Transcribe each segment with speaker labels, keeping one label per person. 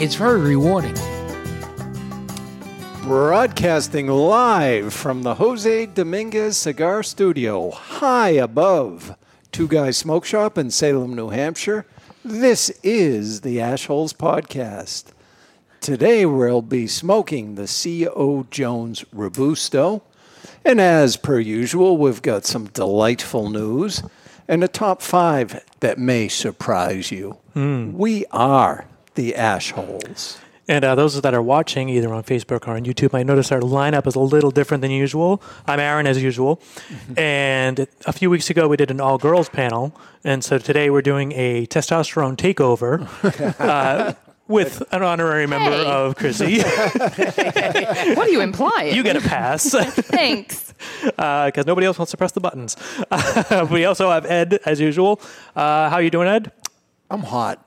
Speaker 1: It's very rewarding.
Speaker 2: Broadcasting live from the Jose Dominguez Cigar Studio, high above Two Guys Smoke Shop in Salem, New Hampshire. This is the Ashholes Podcast. Today we'll be smoking the C.O. Jones Robusto. And as per usual, we've got some delightful news and a top five that may surprise you. We are the Ashholes.
Speaker 3: Hmm. And uh, those that are watching, either on Facebook or on YouTube, might notice our lineup is a little different than usual. I'm Aaron, as usual. And a few weeks ago, we did an all girls panel. And so today, we're doing a testosterone takeover uh, with an honorary member
Speaker 4: Hey.
Speaker 3: of Chrissy.
Speaker 4: What are you implying?
Speaker 3: you get a pass.
Speaker 4: Thanks.
Speaker 3: because nobody else wants to press the buttons. we also have Ed, as usual. Uh, how you doing, Ed?
Speaker 2: I'm hot.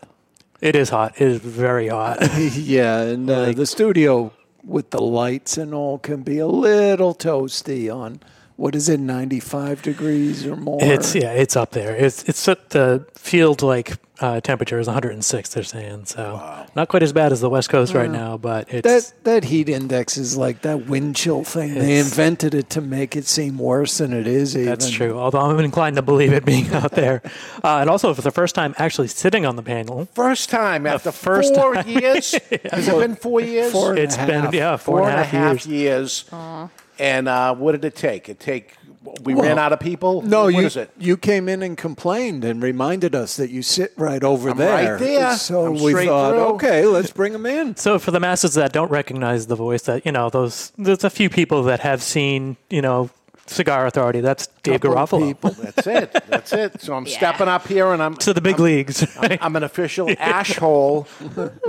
Speaker 3: It is hot. It is very hot.
Speaker 2: Yeah, and uh, the studio with the lights and all can be a little toasty on what is it, 95 degrees or more?
Speaker 3: It's yeah, it's up there. It's it's set the field like uh, temperature is 106. They're saying so, not quite as bad as the West Coast right now, but it's
Speaker 2: That, that heat index is like that wind chill thing. They
Speaker 3: It's-
Speaker 2: invented it to make it seem worse than it is. Even.
Speaker 3: that's true. Although I'm inclined to believe it being out there, uh, and also for the first time actually sitting on the panel.
Speaker 5: First time after
Speaker 3: first
Speaker 5: four years. Has it been four years?
Speaker 2: Four and a
Speaker 3: It's been
Speaker 2: half.
Speaker 3: yeah
Speaker 5: Four
Speaker 3: four and a half years.
Speaker 5: years. And uh, what did it take? It take we ran out of people.
Speaker 2: No,
Speaker 5: what
Speaker 2: you
Speaker 5: is it?
Speaker 2: you came in and complained and reminded us that you sit right over
Speaker 5: I'm
Speaker 2: there.
Speaker 5: right there.
Speaker 2: So
Speaker 5: I'm
Speaker 2: we
Speaker 5: straight
Speaker 2: thought, "Oh,
Speaker 5: through.
Speaker 2: okay, let's bring them in.
Speaker 3: So for the masses that don't recognize the voice, that you know those there's a few people that have seen you know Cigar Authority. That's Dave
Speaker 2: Couple of
Speaker 3: Garofalo
Speaker 2: people.
Speaker 5: That's it. That's it. So I'm stepping up here, and I'm
Speaker 3: to the big leagues. right?
Speaker 5: I'm an official ashole,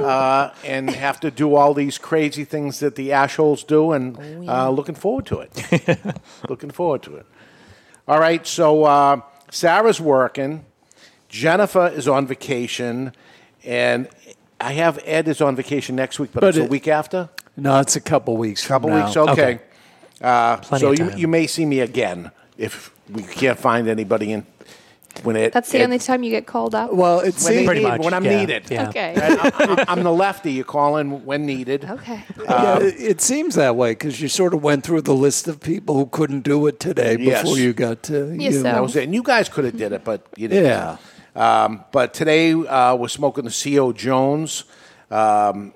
Speaker 5: uh, and have to do all these crazy things that the ashholes do,
Speaker 4: Oh,
Speaker 5: and uh, looking forward to it. looking forward to it. All right, so uh, Sarah's working, Jennifer is on vacation, and I have Ed is on vacation next week, but,
Speaker 2: But
Speaker 5: it's a
Speaker 2: it-
Speaker 5: week after.
Speaker 2: No, it's a couple weeks. from
Speaker 5: Couple
Speaker 2: now.
Speaker 5: weeks, okay.
Speaker 3: Okay.
Speaker 5: Uh,
Speaker 3: Plenty
Speaker 5: so
Speaker 3: of
Speaker 5: you
Speaker 3: time.
Speaker 5: you may see me again if we can't find anybody in when it.
Speaker 4: That's the
Speaker 5: it-
Speaker 4: only time you get called up.
Speaker 2: Well, it
Speaker 5: when, they
Speaker 2: seems
Speaker 3: Pretty
Speaker 5: need-
Speaker 3: much,
Speaker 5: when I'm
Speaker 3: yeah,
Speaker 5: needed.
Speaker 3: yeah.
Speaker 4: okay.
Speaker 5: Right? I'm, I'm the lefty. You call in when needed.
Speaker 4: okay.
Speaker 5: Um,
Speaker 2: Yeah, it it seems that way because you sort of went through the list of people who couldn't do it today
Speaker 5: Yes.
Speaker 2: before you got to.
Speaker 4: Yes,
Speaker 2: you.
Speaker 4: sir.
Speaker 5: That was it. And you guys could have did it, but you didn't.
Speaker 2: Yeah.
Speaker 5: Um, but today uh, we're smoking the C.O. Jones. Um,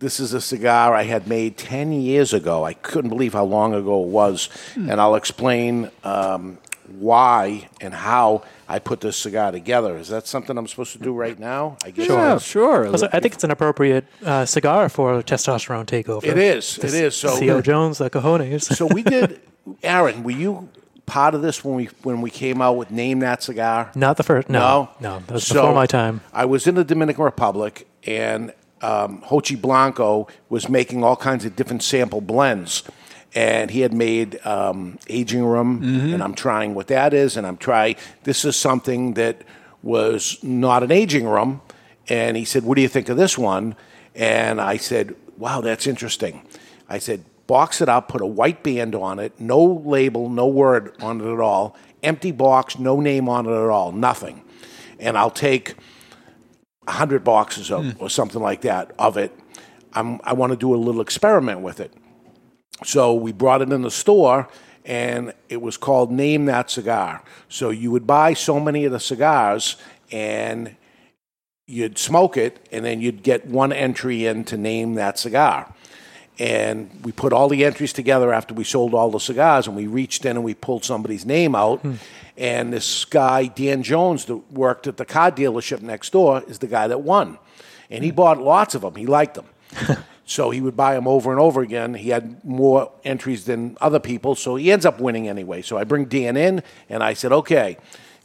Speaker 5: this is a cigar I had made 10 years ago. I couldn't believe how long ago it was. And I'll explain um, why and how I put this cigar together. Is that something I'm supposed to do right now? I guess
Speaker 2: Yeah, sure.
Speaker 3: Also, I think it's an appropriate uh, cigar for testosterone takeover.
Speaker 5: It is. It is. So
Speaker 3: Co Jones, the cojones.
Speaker 5: so we did. Aaron, were you part of this when we when we came out with Name That Cigar?
Speaker 3: Not the first. No, no, that was
Speaker 5: So,
Speaker 3: before my time.
Speaker 5: I was in the Dominican Republic, and um, Hochi Blanco was making all kinds of different sample blends. And he had made um, Aging Room,
Speaker 3: Mm-hmm.
Speaker 5: and I'm trying what that is, and I'm trying. This is something that was not an aging room. And he said, What do you think of this one? And I said, Wow, that's interesting. I said, Box it up, put a white band on it, no label, no word on it at all, empty box, no name on it at all, nothing and I'll take a hundred boxes of, or something like that of it. I'm, I want to do a little experiment with it. So we brought it in the store, and it was called Name That Cigar. So you would buy so many of the cigars, and you'd smoke it, and then you'd get one entry in to name that cigar. And we put all the entries together after we sold all the cigars, and we reached in and we pulled somebody's name out. And this guy, Dan Jones, that worked at the car dealership next door, is the guy that won. And he bought lots of them, he liked them. so he would buy them over and over again. He had more entries than other people, so he ends up winning anyway. So I bring Dan in, and I said, okay,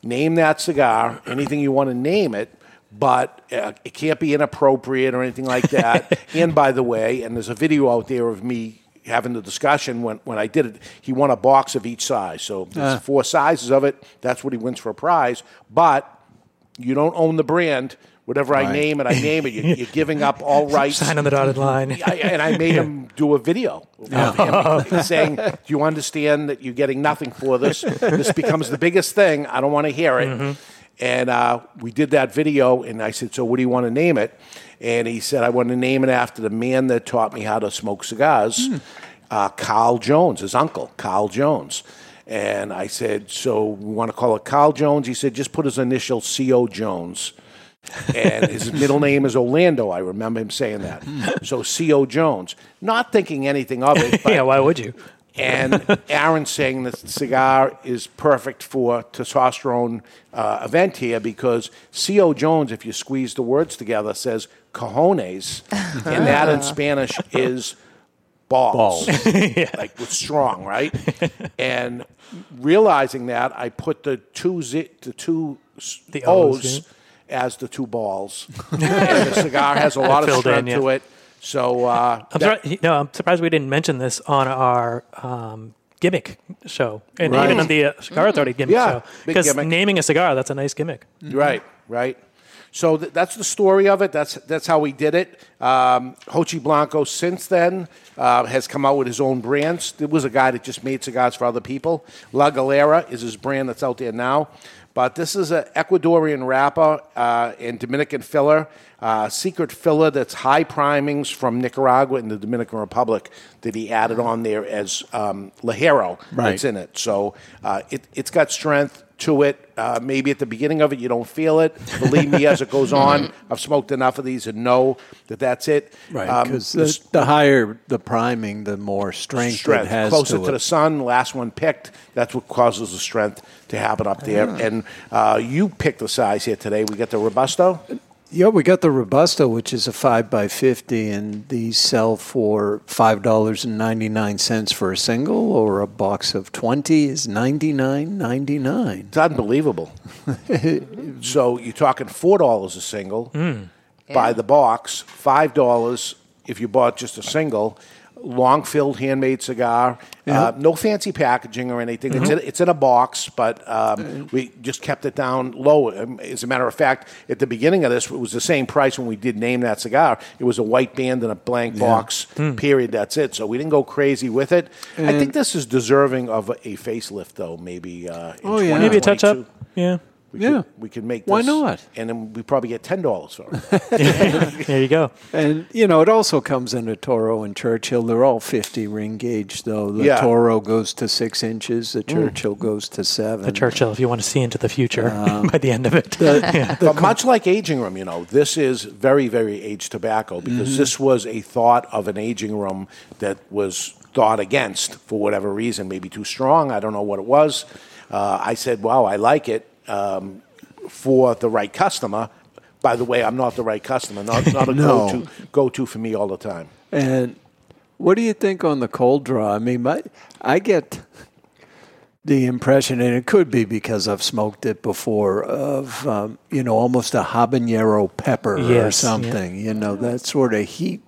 Speaker 5: name that cigar, anything you want to name it but uh, it can't be inappropriate or anything like that. and by the way, and there's a video out there of me having the discussion when, when I did it. He won a box of each size, so there's
Speaker 2: Ah.
Speaker 5: four sizes of it. That's what he wins for a prize. But you don't own the brand. Whatever I
Speaker 3: Right.
Speaker 5: name it, I name it. You're, you're giving up all rights.
Speaker 3: Sign on the dotted line. Oh.
Speaker 5: I- and I made him do a video of him saying, "Do you understand that you're getting nothing for this? This becomes the biggest thing. I don't want to hear it."
Speaker 3: Mm-hmm.
Speaker 6: Mhm.
Speaker 5: And uh, we did that video, and I said, "So what do you want to name it?" And he said, "I want to name it after the man that taught me how to smoke cigars,
Speaker 3: Hmm.
Speaker 5: uh, Carl Jones, his uncle, Carl Jones." And I said, "So we want to call it Carl Jones?" He said, "Just put his initial C.O. Jones." and his middle name is Orlando. I remember him saying that. So C.O. Jones, not thinking anything of it. But, yeah,
Speaker 3: why would you?
Speaker 5: And Aaron saying that cigar is perfect for testosterone uh, event here because C.O. Jones, if you squeeze the words together, says cojones, and that in Spanish is balls, like was strong, right? and realizing that, I put the two zi- the two s-
Speaker 3: The
Speaker 5: O's,
Speaker 3: O's,
Speaker 5: as the two balls. and the cigar has a lot of
Speaker 3: Filled in,
Speaker 5: strength
Speaker 3: yeah.
Speaker 5: to it. So uh,
Speaker 3: I'm
Speaker 5: that-
Speaker 3: sorry, no, I'm surprised we didn't mention this on our um, gimmick show, and
Speaker 5: Right. Mm.
Speaker 3: even on the uh, Cigar Authority gimmick
Speaker 5: Yeah,
Speaker 3: show.
Speaker 5: big
Speaker 3: Because
Speaker 5: gimmick.
Speaker 3: naming a cigar, that's a nice gimmick.
Speaker 5: Mm-hmm. Right, right. So th- that's the story of it. That's that's how we did it. Um, Hochi Blanco since then uh, has come out with his own brands. There was a guy that just made cigars for other people. La Galera is his brand that's out there now. But this is an Ecuadorian wrapper uh, and Dominican filler, uh, secret filler that's high primings from Nicaragua and the Dominican Republic that he added on there as um, Lajero
Speaker 2: Right.
Speaker 5: that's in it. So uh, it, it's got strength to it. Uh, maybe at the beginning of it, you don't feel it. Believe me, as it goes on, I've smoked enough of these and know that that's it.
Speaker 2: Right,
Speaker 5: Um,
Speaker 2: because
Speaker 5: this-
Speaker 2: the, the higher the priming, the more strength, it has
Speaker 5: closer to,
Speaker 2: it.
Speaker 5: the sun. Last one picked. That's what causes the strength to happen up there.
Speaker 2: Ah.
Speaker 5: And uh, you picked the size here today. We got the robusto.
Speaker 2: Yeah, we got the Robusto, which is a five by fifty, and these sell for five dollars and ninety nine cents for a single, or a box of twenty is ninety nine ninety nine.
Speaker 5: It's unbelievable. Mm-hmm. so you're talking four dollars a single.
Speaker 2: Mm.
Speaker 5: Buy the box, five dollars if you bought just a single. Long filled handmade cigar, uh,
Speaker 2: Yeah. Mm-hmm.
Speaker 5: no fancy packaging or anything. It's, in, it's in a box, but um,
Speaker 2: Mm.
Speaker 5: we just kept it down low. Um, As a matter of fact, at the beginning of this, it was the same price when we did name that cigar. It was a white band and a blank
Speaker 2: Yeah. Mm.
Speaker 5: box. Period. That's it. So we didn't go crazy with it. I think
Speaker 2: And-
Speaker 5: this is deserving of a facelift, though. Maybe uh, in
Speaker 2: Oh, yeah.
Speaker 3: Maybe a touch up. Yeah.
Speaker 5: we yeah. Could, we could make this.
Speaker 2: Why not?
Speaker 5: And then we probably get ten dollars for it.
Speaker 3: there you go.
Speaker 2: And you know, it also comes in a Toro and Churchill. They're all fifty ring gauge, though. The
Speaker 3: Yeah.
Speaker 2: Toro goes to six inches. The
Speaker 3: Mm.
Speaker 2: Churchill goes to seven.
Speaker 3: The Churchill, if you want to see into the future
Speaker 5: Um,
Speaker 3: by the end of it. Yeah.
Speaker 5: but much like aging room, you know, this is very, very aged tobacco because
Speaker 3: Mhm.
Speaker 2: Mm-hmm.
Speaker 5: this was a thought of an aging room that was thought against for whatever reason, maybe too strong. I don't know what it was. Uh, I said, "Wow, I like it um, for the right customer." By the way, I'm not the right customer. Not, not a
Speaker 2: No.
Speaker 5: go-to go-to for me all the time.
Speaker 2: And what do you think on the cold draw? I mean, my, I get the impression, and it could be because I've smoked it before, of um, you know almost a habanero pepper or
Speaker 3: Yes,
Speaker 2: something. You know that sort of heat.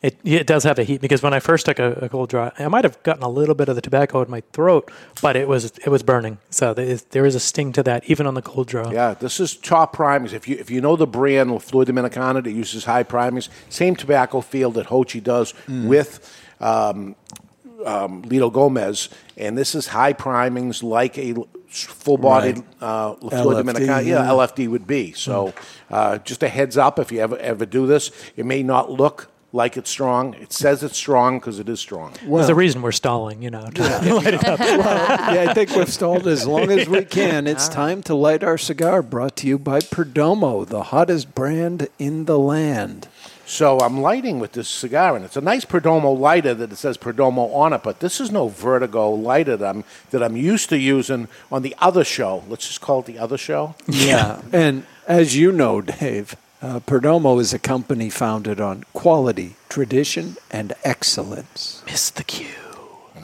Speaker 3: It, yeah, it does have a heat because when I first took a, a cold draw, I might have gotten a little bit of the tobacco in my throat, but it was it was burning. So there is, there is a sting to that, even on the cold draw.
Speaker 5: Yeah, this is top primings. If you if you know the brand La Flor Dominicana that uses high primings, same tobacco field that Hochi does
Speaker 2: Mm.
Speaker 5: with um, um, Lido Gomez, and this is high primings like a full-bodied
Speaker 2: Right.
Speaker 5: uh, La Flor
Speaker 2: LFD,
Speaker 5: Dominicana. Yeah,
Speaker 2: yeah. Mm.
Speaker 5: LFD would be. So uh, just a heads up if you ever ever do this, it may not look like it's strong. It says it's strong because it is strong.
Speaker 3: There's a reason we're stalling, you know. to light it up.
Speaker 2: yeah, I think we've stalled as long as we can. It's time to light our cigar. Brought to you by Perdomo, Oh, the hottest brand in the land.
Speaker 5: So I'm lighting with this cigar, and it's a nice Perdomo lighter that it says Perdomo on it. But this is no Vertigo lighter that I'm that I'm used to using on the other show. Let's just call it the other show.
Speaker 2: Yeah. and as you know, Dave, uh, Perdomo is a company founded on quality, tradition, and excellence.
Speaker 3: Miss the cue.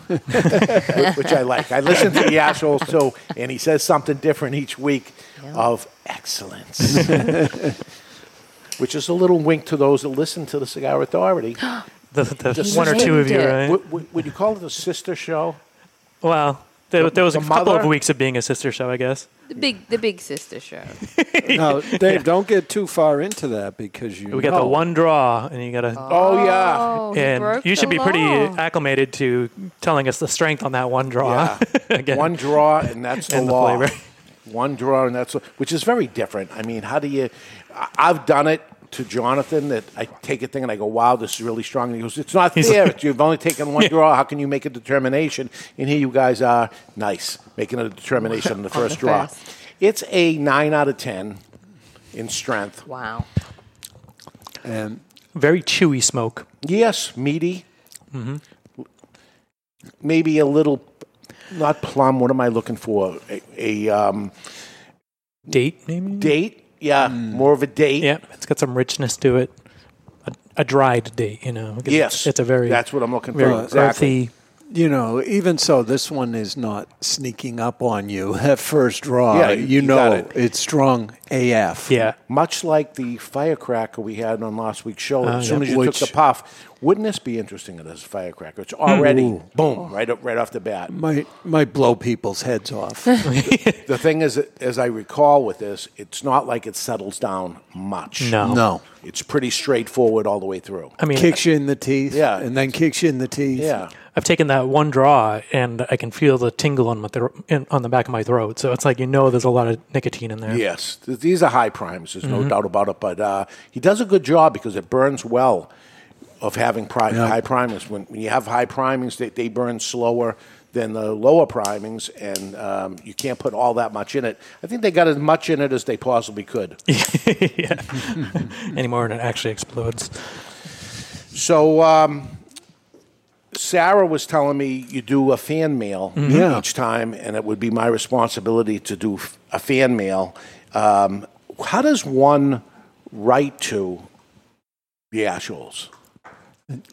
Speaker 5: Wh- which I like. I listen to the asshole so, and he says something different each week of excellence, which is a little wink to those that listen to the Cigar Authority.
Speaker 3: The, the one or two of you, right?
Speaker 5: Would, would- would you call it a sister show?
Speaker 3: Well, there, there was a
Speaker 5: the
Speaker 3: couple of
Speaker 5: mother?
Speaker 3: weeks of being a sister show, I guess.
Speaker 6: The big, the big sister show.
Speaker 2: No, Dave, don't get too far into that because you
Speaker 3: We got
Speaker 2: know
Speaker 3: the one draw, and you got to.
Speaker 5: Oh, yeah.
Speaker 4: Oh, he
Speaker 3: and
Speaker 4: broke
Speaker 3: you
Speaker 4: the
Speaker 3: should be pretty
Speaker 4: law.
Speaker 3: acclimated to telling us the strength on that one draw. Again,
Speaker 5: One draw, and that's the
Speaker 3: And the
Speaker 5: law.
Speaker 3: flavor.
Speaker 5: One draw, and that's which is very different. I mean, how do you? I- I've done it to Jonathan that I take a thing and I go, "Wow, this is really strong." And he goes, "It's not
Speaker 3: He's
Speaker 5: fair.
Speaker 3: like-
Speaker 5: You've only taken one draw. How can you make a determination?" And here you guys are, nice, making a determination on the first draw.
Speaker 4: first.
Speaker 5: It's a nine out of ten in strength.
Speaker 6: Wow.
Speaker 2: and
Speaker 3: very chewy smoke.
Speaker 5: Yes, meaty.
Speaker 3: Mm-hmm.
Speaker 5: Maybe a little, not plum. What am I looking for? A, a um,
Speaker 3: Date, maybe? Hmm.
Speaker 5: date. Yeah, more of a date.
Speaker 3: Yeah, it's got some richness to it. A, a dried date, you know. 'cause it's-
Speaker 5: Yes,
Speaker 3: It's, a very,
Speaker 5: That's what I'm looking
Speaker 3: very
Speaker 5: for. Exactly.
Speaker 3: earthy.
Speaker 2: you know, even so, this one is not sneaking up on you at first draw.
Speaker 5: Yeah,
Speaker 2: you,
Speaker 5: you- you got
Speaker 2: know
Speaker 5: it.
Speaker 2: it's strong AF.
Speaker 3: Yeah.
Speaker 5: Much like the firecracker we had on last week's show, as soon
Speaker 3: Uh, yeah.
Speaker 5: as you
Speaker 2: Which-
Speaker 5: took the puff, wouldn't this be interesting as a firecracker? It's already boom right up, right off the bat.
Speaker 2: might might blow people's heads off.
Speaker 5: The thing is, that, as I recall with this, it's not like it settles down much.
Speaker 3: No.
Speaker 2: no,
Speaker 5: it's pretty straightforward all the way through.
Speaker 3: I mean, uh,
Speaker 2: kicks you in the teeth.
Speaker 5: Yeah.
Speaker 2: and then kicks you in the teeth.
Speaker 5: Yeah,
Speaker 3: I've taken that one draw and I can feel the tingle on my thro- in, on the back of my throat. So it's like you know there's a lot of nicotine in there. Mm-hmm.
Speaker 5: yes, Th- these are high primes. There's no doubt about it. But uh, he does a good job because it burns well of having pri- high primings. When, when you have high primings, they, they burn slower than the lower primings, and um, you can't put all that much in it. I think they got as much in it as they possibly could.
Speaker 3: yeah. Anymore and it actually explodes.
Speaker 5: So um, Sarah was telling me you do a fan mail
Speaker 2: Mm-hmm. Yeah.
Speaker 5: each time, and it would be my responsibility to do f- a fan mail. Um, how does one write to the Ashholes?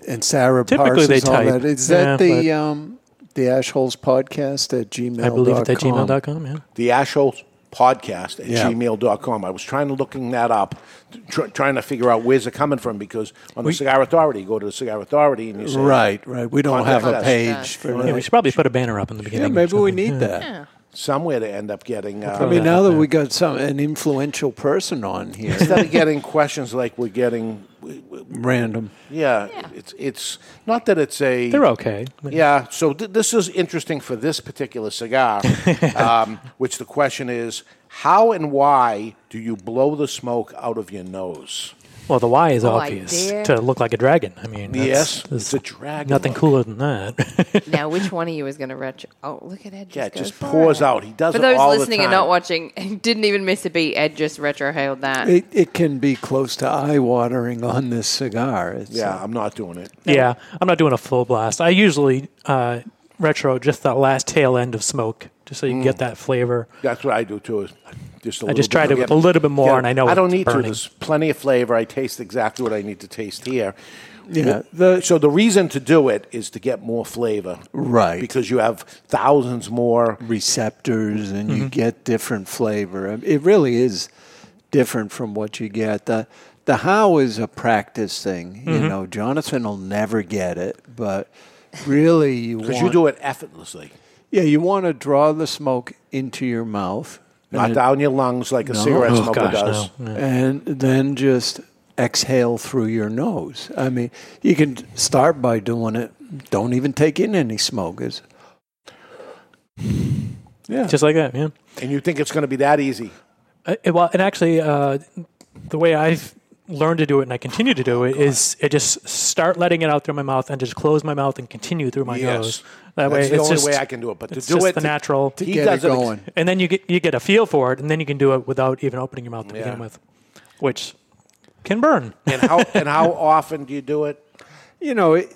Speaker 2: and Sarah
Speaker 3: Typically
Speaker 2: parses
Speaker 3: they
Speaker 2: all
Speaker 3: type.
Speaker 2: that. Is
Speaker 3: Yeah,
Speaker 2: that the
Speaker 3: but-
Speaker 2: um, the assholes podcast at gmail?
Speaker 3: I believe it's at gmail.com, yeah.
Speaker 5: The Ashholes podcast at
Speaker 2: Yeah.
Speaker 5: gmail.com. I was trying to looking that up, tr- trying to figure out where's it coming from because on the Cigar Authority, you go to the Cigar Authority and you say,
Speaker 2: Right, right. We don't
Speaker 5: Contact
Speaker 2: have a
Speaker 5: us.
Speaker 2: page for
Speaker 3: Yeah,
Speaker 2: that.
Speaker 3: we should probably put a banner up in the
Speaker 2: Yeah,
Speaker 3: beginning. or
Speaker 2: maybe we
Speaker 3: something.
Speaker 2: need
Speaker 3: Yeah.
Speaker 2: that.
Speaker 5: somewhere to end up getting. Uh,
Speaker 2: I mean, now that we got some an influential person on here,
Speaker 5: instead of getting questions like we're getting
Speaker 2: random.
Speaker 5: Yeah, it's it's not that it's a.
Speaker 3: They're okay.
Speaker 5: Yeah, so th- this is interesting for this particular cigar, um, which the question is, how and why do you blow the smoke out of your nose?
Speaker 3: Well, the Y is
Speaker 4: Oh, I
Speaker 3: obvious
Speaker 4: dare-
Speaker 3: to look like a dragon. I mean, that's,
Speaker 5: yes, it's
Speaker 3: there's
Speaker 5: a dragon.
Speaker 3: nothing
Speaker 5: look.
Speaker 3: cooler than that.
Speaker 4: Now, which one of you is going to retch? Oh, look at Ed.
Speaker 5: Yeah,
Speaker 4: just
Speaker 5: it
Speaker 4: goes
Speaker 5: just
Speaker 4: for
Speaker 5: pours
Speaker 4: it.
Speaker 5: out. He does
Speaker 4: For
Speaker 5: it
Speaker 4: those
Speaker 5: all the
Speaker 4: listening and
Speaker 5: time.
Speaker 4: not watching, didn't even miss a beat. Ed just retrohaled that.
Speaker 2: It, it can be close to eye watering on this cigar. It's,
Speaker 5: Yeah, I'm not doing it.
Speaker 3: yeah, I'm not doing a full blast. I usually uh, retro just that last tail end of smoke, just so you can
Speaker 5: Mm.
Speaker 3: get that flavor.
Speaker 5: That's what I do too. Is just a
Speaker 3: I
Speaker 5: little
Speaker 3: just
Speaker 5: bit.
Speaker 3: tried it
Speaker 5: Yeah.
Speaker 3: with a little bit more,
Speaker 5: Yeah,
Speaker 3: and I know
Speaker 5: I don't
Speaker 3: it's
Speaker 5: need to.
Speaker 3: burning.
Speaker 5: There's plenty of flavor. I taste exactly what I need to taste here.
Speaker 2: yeah. The,
Speaker 5: So the reason to do it is to get more flavor,
Speaker 2: Right.
Speaker 5: Because you have thousands more.
Speaker 2: receptors and
Speaker 5: Mm-hmm.
Speaker 2: you get different flavor. Um, It really is different from what you get. The the how is a practice thing.
Speaker 5: Mm-hmm.
Speaker 2: You know, Jonathan will never get it, but really you want
Speaker 5: Because you do it effortlessly,
Speaker 2: Yeah, you want to draw the smoke into your mouth
Speaker 5: not down your lungs like a cigarette
Speaker 3: Oh,
Speaker 5: smoker does.
Speaker 2: and then just exhale through your nose. I mean, you can start by doing it. Don't even take in any smoke. It's, yeah.
Speaker 3: Just like that, yeah.
Speaker 5: And you think it's going to be that easy?
Speaker 3: Uh, it- well, and actually, uh, the way I've learned to do it and I continue to
Speaker 5: Oh,
Speaker 3: do it is I just start letting it out through my mouth and just close my mouth and continue through my nose. That
Speaker 5: That's
Speaker 3: way,
Speaker 5: the
Speaker 3: it's
Speaker 5: only
Speaker 3: just,
Speaker 5: way I can do it. But to
Speaker 3: it's
Speaker 5: do
Speaker 3: just
Speaker 5: it,
Speaker 3: the
Speaker 5: to-
Speaker 3: natural,
Speaker 5: he
Speaker 2: get
Speaker 5: does
Speaker 2: it
Speaker 5: it ex-
Speaker 2: going.
Speaker 3: and then you get you get a feel for it, and then you can do it without even opening your mouth to begin
Speaker 5: Yeah.
Speaker 3: with, which can burn.
Speaker 5: and how and how often do you do it?
Speaker 2: you know, it,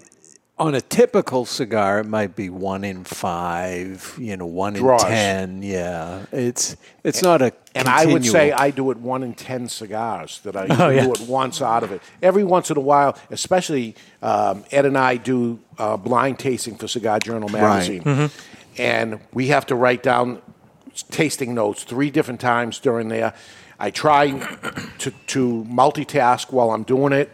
Speaker 2: on a typical cigar, it might be one in five, you know, one
Speaker 5: Draws.
Speaker 2: in ten. Yeah, it's it's not a.
Speaker 5: And I would say
Speaker 2: continual.
Speaker 5: I do it one in ten cigars that I
Speaker 3: yeah.
Speaker 5: do it once out of it. Every once in a while, especially um, Ed and I do uh, blind tasting for Cigar Journal magazine,
Speaker 3: Mm-hmm.
Speaker 5: and we have to write down tasting notes three different times during there. I try to, to multitask while I'm doing it,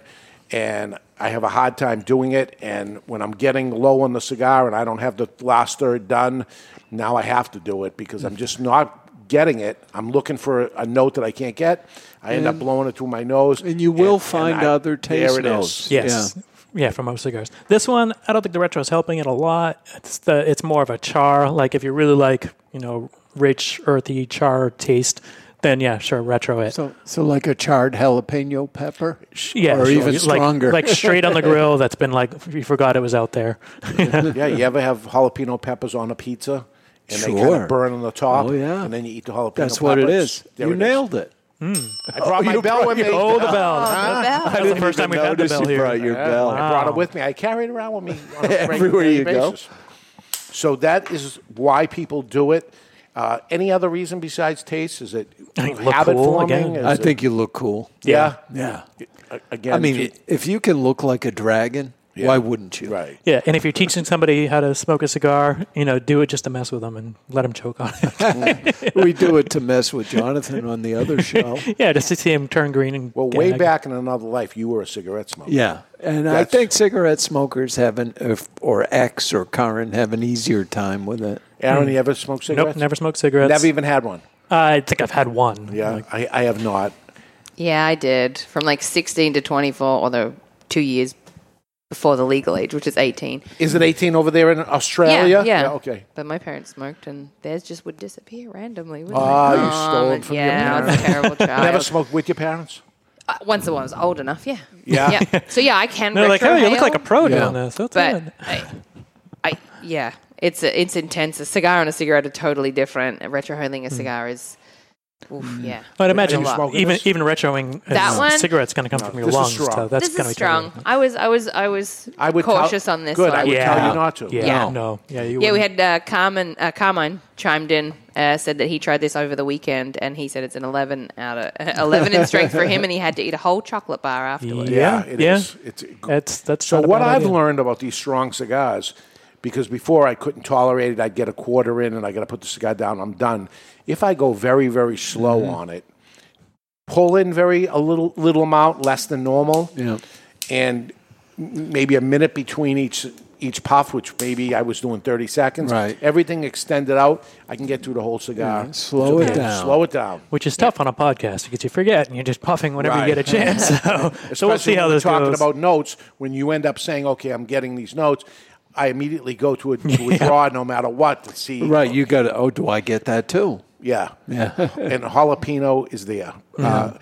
Speaker 5: and I have a hard time doing it. And when I'm getting low on the cigar and I don't have the last third done, now I have to do it because I'm just not getting it. I'm looking for a note that I can't get. I end up blowing it through my nose.
Speaker 2: And you will
Speaker 5: and
Speaker 2: find
Speaker 5: I-
Speaker 2: other taste
Speaker 5: there it is.
Speaker 2: notes.
Speaker 3: Yes.
Speaker 2: Yeah.
Speaker 3: Yeah. from most cigars. This one, I don't think the retro is helping it a lot. It's the it's more of a char. Like if you really like, you know, rich, earthy char taste, then yeah, sure, retro it.
Speaker 2: So, so like a charred jalapeno pepper,
Speaker 3: yeah,
Speaker 2: or
Speaker 3: sure.
Speaker 2: even
Speaker 3: Like-
Speaker 2: stronger.
Speaker 3: Like, straight on the grill. That's been like you forgot it was out there.
Speaker 5: Yeah, you ever have jalapeno peppers on a pizza? And they kind
Speaker 2: Sure.
Speaker 5: of burn on the top.
Speaker 2: Oh, yeah.
Speaker 5: And then you eat the jalapeno
Speaker 2: that's what it
Speaker 5: peppers.
Speaker 2: is.
Speaker 5: There
Speaker 2: you
Speaker 5: it is.
Speaker 2: nailed it.
Speaker 5: I brought my
Speaker 2: you
Speaker 5: bell
Speaker 2: brought
Speaker 5: with me.
Speaker 2: your-
Speaker 3: oh, the bell.
Speaker 6: Bell.
Speaker 3: That's the first time we've had the
Speaker 2: notice
Speaker 3: bell
Speaker 2: you
Speaker 3: here.
Speaker 2: brought your
Speaker 5: Yeah,
Speaker 2: bell.
Speaker 5: I brought it with me. I carry it around with me on a regular
Speaker 2: Everywhere you go.
Speaker 5: basis. So that is why people do it. Uh, any other reason besides taste? Is it
Speaker 3: think look
Speaker 5: habit
Speaker 3: cool
Speaker 5: forming?
Speaker 3: again.
Speaker 5: Is
Speaker 2: I
Speaker 5: it-
Speaker 2: think you look cool.
Speaker 5: yeah.
Speaker 2: Yeah.
Speaker 5: A- Again,
Speaker 2: I mean,
Speaker 5: ju-
Speaker 2: if you can look like a dragon, why wouldn't you?
Speaker 5: right.
Speaker 3: Yeah, and if you're teaching somebody how to smoke a cigar, you know, do it just to mess with them and let them choke on it.
Speaker 2: we do it to mess with Jonathan on the other show.
Speaker 3: yeah, just to see him turn green and
Speaker 5: Well,
Speaker 3: yeah,
Speaker 5: way
Speaker 3: I-
Speaker 5: back in another life, you were a cigarette smoker.
Speaker 2: Yeah, and I
Speaker 5: That's-
Speaker 2: think cigarette smokers have an if, or ex or current have an easier time with it. Hmm.
Speaker 5: Aaron, you ever smoked
Speaker 3: Hmm. Nope,
Speaker 5: cigarettes?
Speaker 3: never smoked cigarettes.
Speaker 5: Never even had one.
Speaker 3: I think I've had one.
Speaker 5: Yeah, I, I have not.
Speaker 6: Yeah, I did. From like 16 to 24, although two years before the legal age, which is 18.
Speaker 5: Is it 18 over there in Australia?
Speaker 6: Yeah, yeah.
Speaker 5: okay.
Speaker 6: But my parents smoked, and theirs just would disappear randomly. wouldn't
Speaker 5: Ah,
Speaker 6: they?
Speaker 5: you stole it
Speaker 6: Um,
Speaker 5: from your
Speaker 6: yeah, I was a
Speaker 5: parents.
Speaker 6: terrible child.
Speaker 5: Never smoked with your parents?
Speaker 6: Uh, once the one was old enough, yeah.
Speaker 5: Yeah.
Speaker 6: So yeah, I can.
Speaker 3: They're like, oh, you look like a
Speaker 6: retrohale,
Speaker 3: pro
Speaker 2: Yeah.
Speaker 3: doing this. That's
Speaker 6: But
Speaker 3: good.
Speaker 6: I, I, yeah, it's a, it's intense. A cigar and a cigarette are totally different. Retrohaling
Speaker 3: Hmm.
Speaker 6: a cigar is, oof, yeah.
Speaker 3: But imagine
Speaker 6: you
Speaker 5: smoking
Speaker 3: even
Speaker 5: this?
Speaker 3: even retroing a
Speaker 6: That one?
Speaker 3: cigarettes going to come from your
Speaker 5: this is
Speaker 3: lungs.
Speaker 5: strong.
Speaker 3: So that's
Speaker 6: this
Speaker 3: gonna
Speaker 6: is
Speaker 3: be
Speaker 6: strong. I was I was I was
Speaker 5: I would tell-
Speaker 6: cautious on this.
Speaker 5: Good,
Speaker 6: one.
Speaker 5: I would
Speaker 3: Yeah.
Speaker 5: tell you not to.
Speaker 3: Yeah.
Speaker 6: Yeah.
Speaker 3: No. Yeah. You
Speaker 6: Yeah, we
Speaker 3: wouldn't.
Speaker 6: had uh, Carmen, uh, Carmine chimed in, uh, said that he tried this over the weekend, and he said it's an eleven out of eleven in strength for him, and he had to eat a whole chocolate bar afterwards.
Speaker 3: Yeah.
Speaker 5: it
Speaker 3: yeah.
Speaker 5: is. It's,
Speaker 3: That's that's
Speaker 5: so
Speaker 3: not a
Speaker 5: what
Speaker 3: bad
Speaker 5: I've
Speaker 3: idea.
Speaker 5: learned about these strong cigars, because before I couldn't tolerate it, I'd get a quarter in and I got to put the cigar down. I'm done. If I go very very slow
Speaker 3: Mm-hmm.
Speaker 5: on it, pull in very a little little amount less than normal,
Speaker 2: Yeah.
Speaker 5: and m- maybe a minute between each each puff, which maybe I was doing 30 seconds.
Speaker 2: Right.
Speaker 5: Everything extended out, I can get through the whole cigar.
Speaker 2: Yeah, slow it
Speaker 5: Yeah,
Speaker 2: down.
Speaker 5: Slow it down.
Speaker 3: Which is tough on a podcast because you forget and you're just puffing whenever
Speaker 5: Right.
Speaker 3: you get a chance. So, so we'll
Speaker 5: Especially
Speaker 3: see how
Speaker 5: when we're
Speaker 3: this
Speaker 5: talking
Speaker 3: goes.
Speaker 5: about notes when you end up saying okay i'm getting these notes i immediately go to a, to a draw no matter what to see
Speaker 2: Right, you got to. Oh, do I get that too?
Speaker 5: yeah yeah and jalapeno is there uh,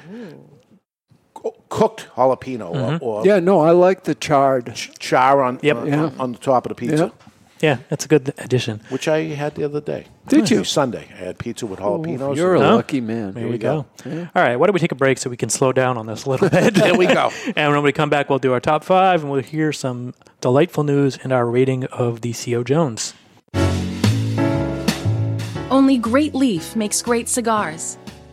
Speaker 5: co- cooked jalapeno or, or
Speaker 2: Yeah, no, I like the charred.
Speaker 5: char on,
Speaker 3: Mm-hmm. Yep.
Speaker 5: on,
Speaker 2: Yeah.
Speaker 5: on the top of the pizza
Speaker 2: Yeah.
Speaker 3: yeah, that's a good addition.
Speaker 5: which i had the other day
Speaker 2: Did you?
Speaker 5: sunday i had pizza with jalapenos
Speaker 2: You're a
Speaker 5: and-
Speaker 3: Huh?
Speaker 2: lucky man.
Speaker 3: There we go. All right, why don't we take a break so we can slow down on this a little bit? there
Speaker 5: we go.
Speaker 3: and when we come back, we'll do our top five and we'll hear some delightful news and our rating of the CO Jones.
Speaker 7: Only Great Leaf makes great cigars.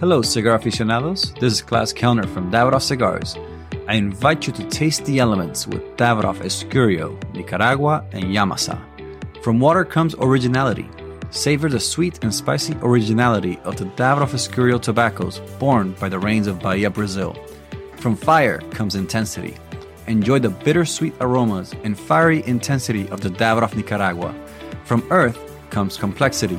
Speaker 8: Hello, cigar aficionados. This is Klaus Kellner from Davidoff Cigars. I invite you to taste the elements with Davidoff Escurio, Nicaragua, and Yamasa. From water comes originality. Savor the sweet and spicy originality of the Davidoff Escurio tobaccos born by the rains of Bahia, Brazil. From fire comes intensity. Enjoy the bittersweet aromas and fiery intensity of the Davidoff Nicaragua. From earth comes complexity.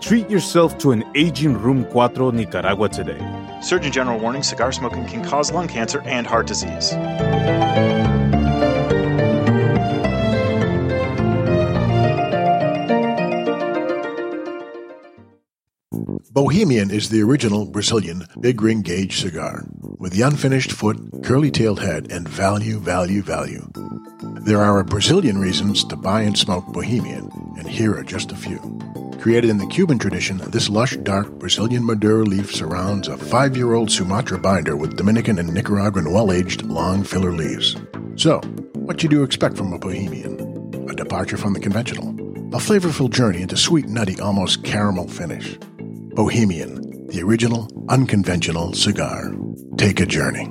Speaker 9: Treat yourself to an aging Room 4 Nicaragua today.
Speaker 10: Surgeon General warning cigar smoking can cause lung cancer and heart disease.
Speaker 11: Bohemian is the original Brazilian big ring gauge cigar with the unfinished foot, curly tailed head, and value, value, value. There are a Brazilian reasons to buy and smoke Bohemian, and here are just a few. Created in the Cuban tradition, this lush, dark Brazilian Maduro leaf surrounds a five year old Sumatra binder with Dominican and Nicaraguan well aged long filler leaves. So, what you do expect from a Bohemian? A departure from the conventional. A flavorful journey into sweet, nutty, almost caramel finish. Bohemian, the original unconventional cigar. Take a journey.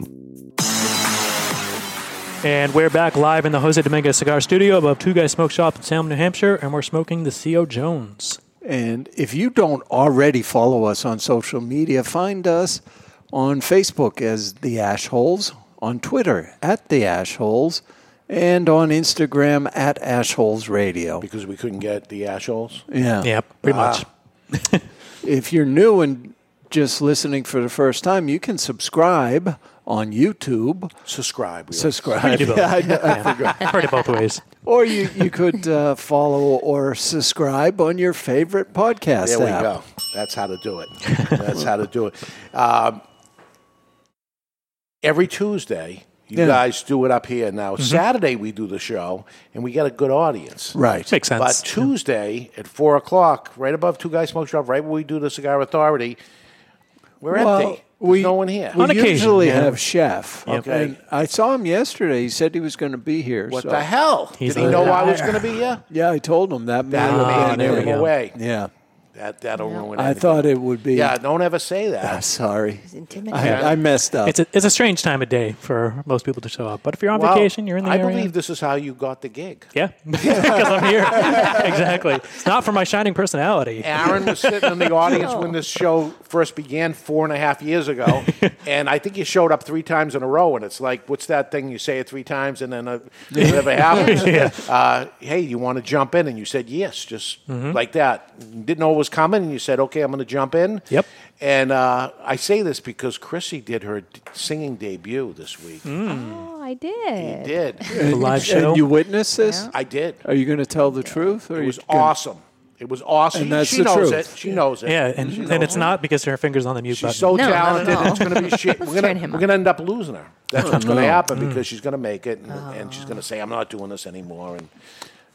Speaker 3: And we're back live in the Jose Dominguez Cigar Studio above Two Guys Smoke Shop in Salem, New Hampshire, and we're smoking the C.O. Jones.
Speaker 2: And if you don't already follow us on social media, find us on Facebook as The Ash Holes, on Twitter at The Ash Holes, and on Instagram at Ash Holes Radio.
Speaker 5: Because we couldn't get the Ah. assholes.
Speaker 2: Yeah.
Speaker 3: Yeah, pretty much.
Speaker 2: If you're new and just listening for the first time, you can subscribe on YouTube.
Speaker 5: Subscribe. we are.
Speaker 2: Subscribe.
Speaker 3: do both.
Speaker 2: Yeah, I know, I forgot.
Speaker 3: I've heard it both ways.
Speaker 2: Or you, you could uh, follow or subscribe on your favorite podcast
Speaker 5: There we
Speaker 2: app.
Speaker 5: go. That's how to do it. That's how to do it. Um, every Tuesday, you
Speaker 2: Yeah. Mm-hmm.
Speaker 5: guys do it up here. Now, Saturday, we do the show, and we get a good audience.
Speaker 2: Right.
Speaker 3: Makes sense.
Speaker 5: But Tuesday at 4 o'clock, right above Two Guys Smoke Shop, right where we do the Cigar Authority, we're
Speaker 2: Well,
Speaker 5: empty. There's
Speaker 2: we-
Speaker 5: no one here.
Speaker 2: We
Speaker 3: On occasion,
Speaker 2: usually
Speaker 3: yeah.
Speaker 2: have Chef.
Speaker 5: Okay.
Speaker 2: And I saw him yesterday. He said he was going to be here.
Speaker 5: What
Speaker 2: so-
Speaker 5: the hell?
Speaker 3: He's "Ah."
Speaker 5: Did he
Speaker 3: a
Speaker 5: know I was going to be here?
Speaker 2: Yeah, I told him that.
Speaker 5: That
Speaker 2: may have
Speaker 5: would
Speaker 2: been
Speaker 5: be
Speaker 3: there
Speaker 2: it.
Speaker 3: we go.
Speaker 5: away.
Speaker 2: Yeah.
Speaker 5: That, that'll ruin
Speaker 2: I
Speaker 5: everything.
Speaker 2: thought it would be.
Speaker 5: Yeah, don't ever say
Speaker 2: I'm
Speaker 5: that.
Speaker 2: sorry.
Speaker 4: intimidating.
Speaker 2: I, I messed up.
Speaker 3: It's a, it's a strange time of day for most people to show up. But if you're on
Speaker 5: Well,
Speaker 3: vacation, you're in the
Speaker 5: I
Speaker 3: area.
Speaker 5: believe this is how you got the gig.
Speaker 3: Yeah, because I'm here. exactly. It's not for my shining personality.
Speaker 5: Aaron was sitting in the audience when
Speaker 3: Oh.
Speaker 5: this show first began four and a half years ago, and I think you showed up three times in a row. And it's like, what's that thing you say it three times and then uh, whatever happens? uh, hey, you want to jump in? And you said yes, just
Speaker 3: Mm-hmm.
Speaker 5: like that. You didn't know it was coming, and you said, okay, I'm going to jump in.
Speaker 3: Yep.
Speaker 5: And uh, I say this because Chrissy did her d- singing debut this week.
Speaker 3: Hmm.
Speaker 6: Oh, I did.
Speaker 5: I did.
Speaker 3: The live show.
Speaker 2: And you witnessed this?
Speaker 5: I did.
Speaker 2: Are you going to tell the truth? Or
Speaker 5: It was
Speaker 2: you gonna-
Speaker 5: awesome. It was awesome.
Speaker 2: And that's
Speaker 5: she
Speaker 2: the
Speaker 5: knows
Speaker 2: truth.
Speaker 5: it. She knows it.
Speaker 3: yeah, and, and it's not because her finger's on the mute
Speaker 5: She's so
Speaker 3: button.
Speaker 6: No, not at
Speaker 5: talented.
Speaker 6: all.
Speaker 5: It's going to be shit.
Speaker 6: Let's
Speaker 5: We're going
Speaker 6: turn him
Speaker 5: to we're
Speaker 6: up.
Speaker 5: going to end up losing
Speaker 2: Mm.
Speaker 3: Oh.
Speaker 5: her. That's what's going to happen because she's going to make it, and, and she's going to say, "I'm not doing this anymore." And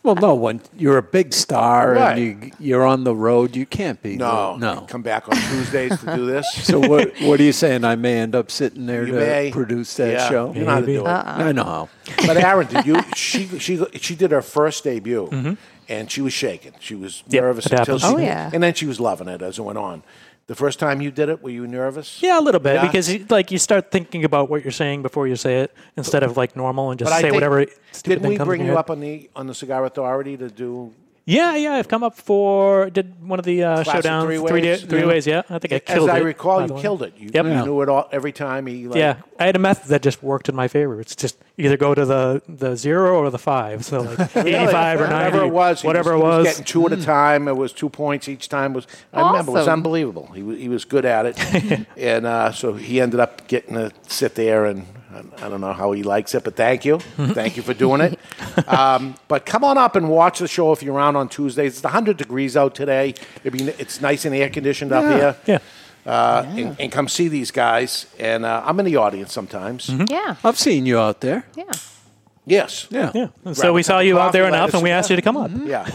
Speaker 2: Well, no, when you're a big star
Speaker 5: Right.
Speaker 2: and you, you're on the road, you can't be.
Speaker 5: No,
Speaker 2: no.
Speaker 5: Come back on Tuesdays to do this.
Speaker 2: So what? What are you saying? I may end up sitting there
Speaker 5: You
Speaker 2: to
Speaker 5: may.
Speaker 2: produce that
Speaker 5: Yeah,
Speaker 2: show.
Speaker 5: you know how to do it. Uh-uh.
Speaker 2: I know how.
Speaker 5: But Aaron, did you? She she she did her first debut, and she was shaking. She was
Speaker 3: Mm-hmm. Yep,
Speaker 5: nervous
Speaker 3: it
Speaker 5: until she,
Speaker 3: happens. Oh, yeah.
Speaker 5: and then she was loving it as it went on. The first time you did it, were you nervous?
Speaker 3: Yeah, a little bit
Speaker 5: Yeah.
Speaker 3: because you, like you start thinking about what you're saying before you say it instead of like normal and just
Speaker 5: But I
Speaker 3: say
Speaker 5: think-
Speaker 3: whatever. stupid
Speaker 5: Didn't
Speaker 3: thing
Speaker 5: we
Speaker 3: comes
Speaker 5: bring
Speaker 3: in
Speaker 5: you
Speaker 3: your head.
Speaker 5: up on the on the Cigar Authority to do?
Speaker 3: Yeah, yeah. I've come up for did one of the uh,
Speaker 5: Classic
Speaker 3: showdowns
Speaker 5: three
Speaker 3: three,
Speaker 5: ways?
Speaker 3: da- three
Speaker 5: Yeah.
Speaker 3: ways. Yeah, I think I
Speaker 5: As
Speaker 3: killed it.
Speaker 5: I recall,
Speaker 3: by
Speaker 5: you
Speaker 3: the way.
Speaker 5: knew it. You,
Speaker 3: Yep.
Speaker 5: you knew it all every time he. Like,
Speaker 3: yeah, I had a method that just worked in my favor. It's just either go to the, the zero or the five. So like
Speaker 5: Really?
Speaker 3: eighty-five or ninety,
Speaker 5: whatever it was, he
Speaker 3: whatever
Speaker 5: was,
Speaker 3: it
Speaker 5: he
Speaker 3: was. Mm.
Speaker 5: getting two at a time. It was two points each time. Was I remember it was
Speaker 3: Awesome.
Speaker 5: unbelievable. He was, he was good at it, and uh, so he ended up getting to sit there and. um, I- I don't know how he likes it, but thank you, thank you for doing it. Um, but come on up and watch the show if you're around on Tuesdays. It's 100 degrees out today. I mean, it's nice and air conditioned up
Speaker 3: Yeah.
Speaker 5: here.
Speaker 3: Yeah.
Speaker 5: Uh, And, and come see these guys. And uh, I'm in the audience sometimes.
Speaker 3: Mm-hmm.
Speaker 6: Yeah.
Speaker 2: I've seen you out there.
Speaker 6: Yeah.
Speaker 5: Yes.
Speaker 2: Yeah.
Speaker 3: Yeah. And so we saw you out there enough, and we asked you to come up.
Speaker 5: Yeah.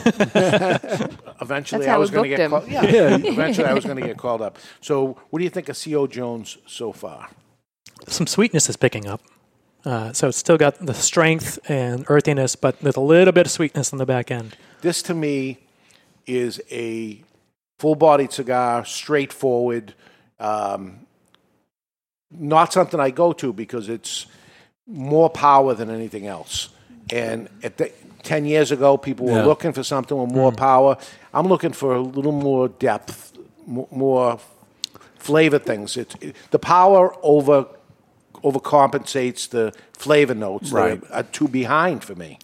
Speaker 5: eventually,
Speaker 3: That's how
Speaker 5: I was going to
Speaker 3: we booked
Speaker 5: get
Speaker 3: him.
Speaker 5: called. Yeah.
Speaker 3: Yeah.
Speaker 5: eventually, I was going to get called up. So, what do you think of Co Jones so far?
Speaker 3: some sweetness is picking up. Uh, so it's still got the strength and earthiness, but with a little bit of sweetness on the back end.
Speaker 5: This to me is a full-bodied cigar, straightforward. Um, not something I go to because it's more power than anything else. And at the, ten years ago, people were
Speaker 2: Yeah. Mm.
Speaker 5: looking for something with more power. I'm looking for a little more depth, mo- more flavor things. It's it, the power over overcompensates the flavor notes
Speaker 2: Right.
Speaker 5: that are, are too behind for me.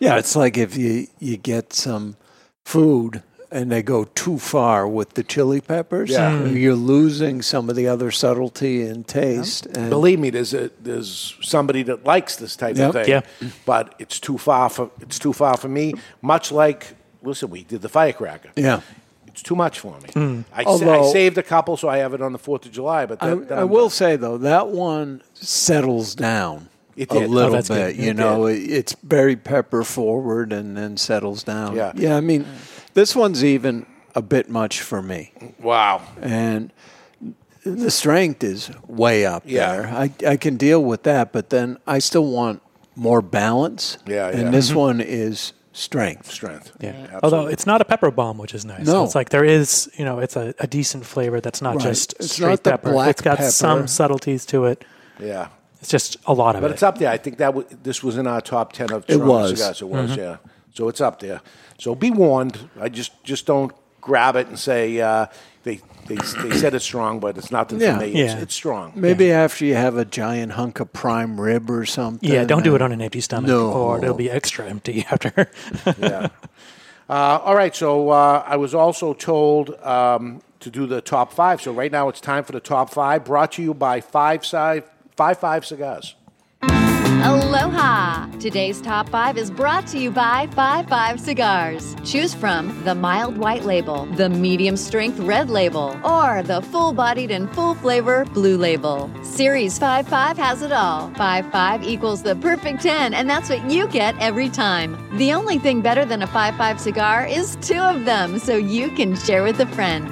Speaker 2: Yeah, it's like if you you get some food and they go too far with the chili peppers, Mm-hmm.
Speaker 5: Yeah. Mm.
Speaker 2: you're losing some of the other subtlety and taste. And
Speaker 5: Believe me, there's a, there's somebody that likes this type
Speaker 2: Yep.
Speaker 5: of thing,
Speaker 2: Yeah.
Speaker 5: but it's too far for it's too far for me. Much like listen, we did the firecracker.
Speaker 2: yeah.
Speaker 5: It's too much for me.
Speaker 2: Mm.
Speaker 5: I, sa-
Speaker 2: Although-
Speaker 5: I saved a couple, so I have it on the Fourth of July. But
Speaker 2: I,
Speaker 5: that, that
Speaker 2: I
Speaker 5: I'm-
Speaker 2: will say though that one settles down
Speaker 5: It
Speaker 2: a
Speaker 5: did. Oh,
Speaker 2: little
Speaker 5: that's
Speaker 2: bit.
Speaker 5: good.
Speaker 2: You
Speaker 5: It
Speaker 2: know, it, it's very pepper forward and then settles down.
Speaker 5: Yeah.
Speaker 2: yeah. I mean, this one's even a bit much for me.
Speaker 5: wow.
Speaker 2: and the strength is way up
Speaker 5: Yeah.
Speaker 2: there. I, I can deal with that, but then I still want more balance.
Speaker 5: Yeah, yeah.
Speaker 2: And this
Speaker 5: Mhm.
Speaker 2: one is strength.
Speaker 5: Strength.
Speaker 2: Yeah.
Speaker 3: Mm-hmm. Although it's not a pepper bomb, which is nice.
Speaker 2: No.
Speaker 3: It's like there is, you know, it's a, a decent flavor that's not
Speaker 2: Right.
Speaker 3: just
Speaker 2: It's
Speaker 3: straight
Speaker 2: not the
Speaker 3: pepper.
Speaker 2: black
Speaker 3: it's got
Speaker 2: pepper.
Speaker 3: some subtleties to it.
Speaker 5: Yeah.
Speaker 3: It's just a lot of
Speaker 5: but
Speaker 3: it.
Speaker 5: it's up there. I think that w- this was in our top ten of
Speaker 3: It
Speaker 5: Toronto
Speaker 3: was.
Speaker 5: cigars. It was,
Speaker 3: Mhm.
Speaker 5: yeah. So it's up there. So be warned. I just just don't grab it and say uh, they, they they said it's strong, but it's not the
Speaker 2: Yeah.
Speaker 5: me. It's,
Speaker 2: Yeah.
Speaker 5: it's strong.
Speaker 2: Maybe after you have a giant hunk of prime rib or something.
Speaker 3: yeah, don't do it
Speaker 2: and-
Speaker 3: on an empty stomach,
Speaker 2: No.
Speaker 3: or it'll be extra empty after.
Speaker 5: yeah. Uh, all right. So uh, I was also told um, to do the top five. So right now it's time for the top five, brought to you by Five Five Five Five Cigars.
Speaker 12: Aloha! Today's top five is brought to you by Five Five Cigars. Choose from the mild white label, the medium strength red label, or the full bodied and full flavor blue label. Series Five Five has it all. Five Five equals the perfect 10, and that's what you get every time. The only thing better than a Five Five cigar is two of them, so you can share with a friend.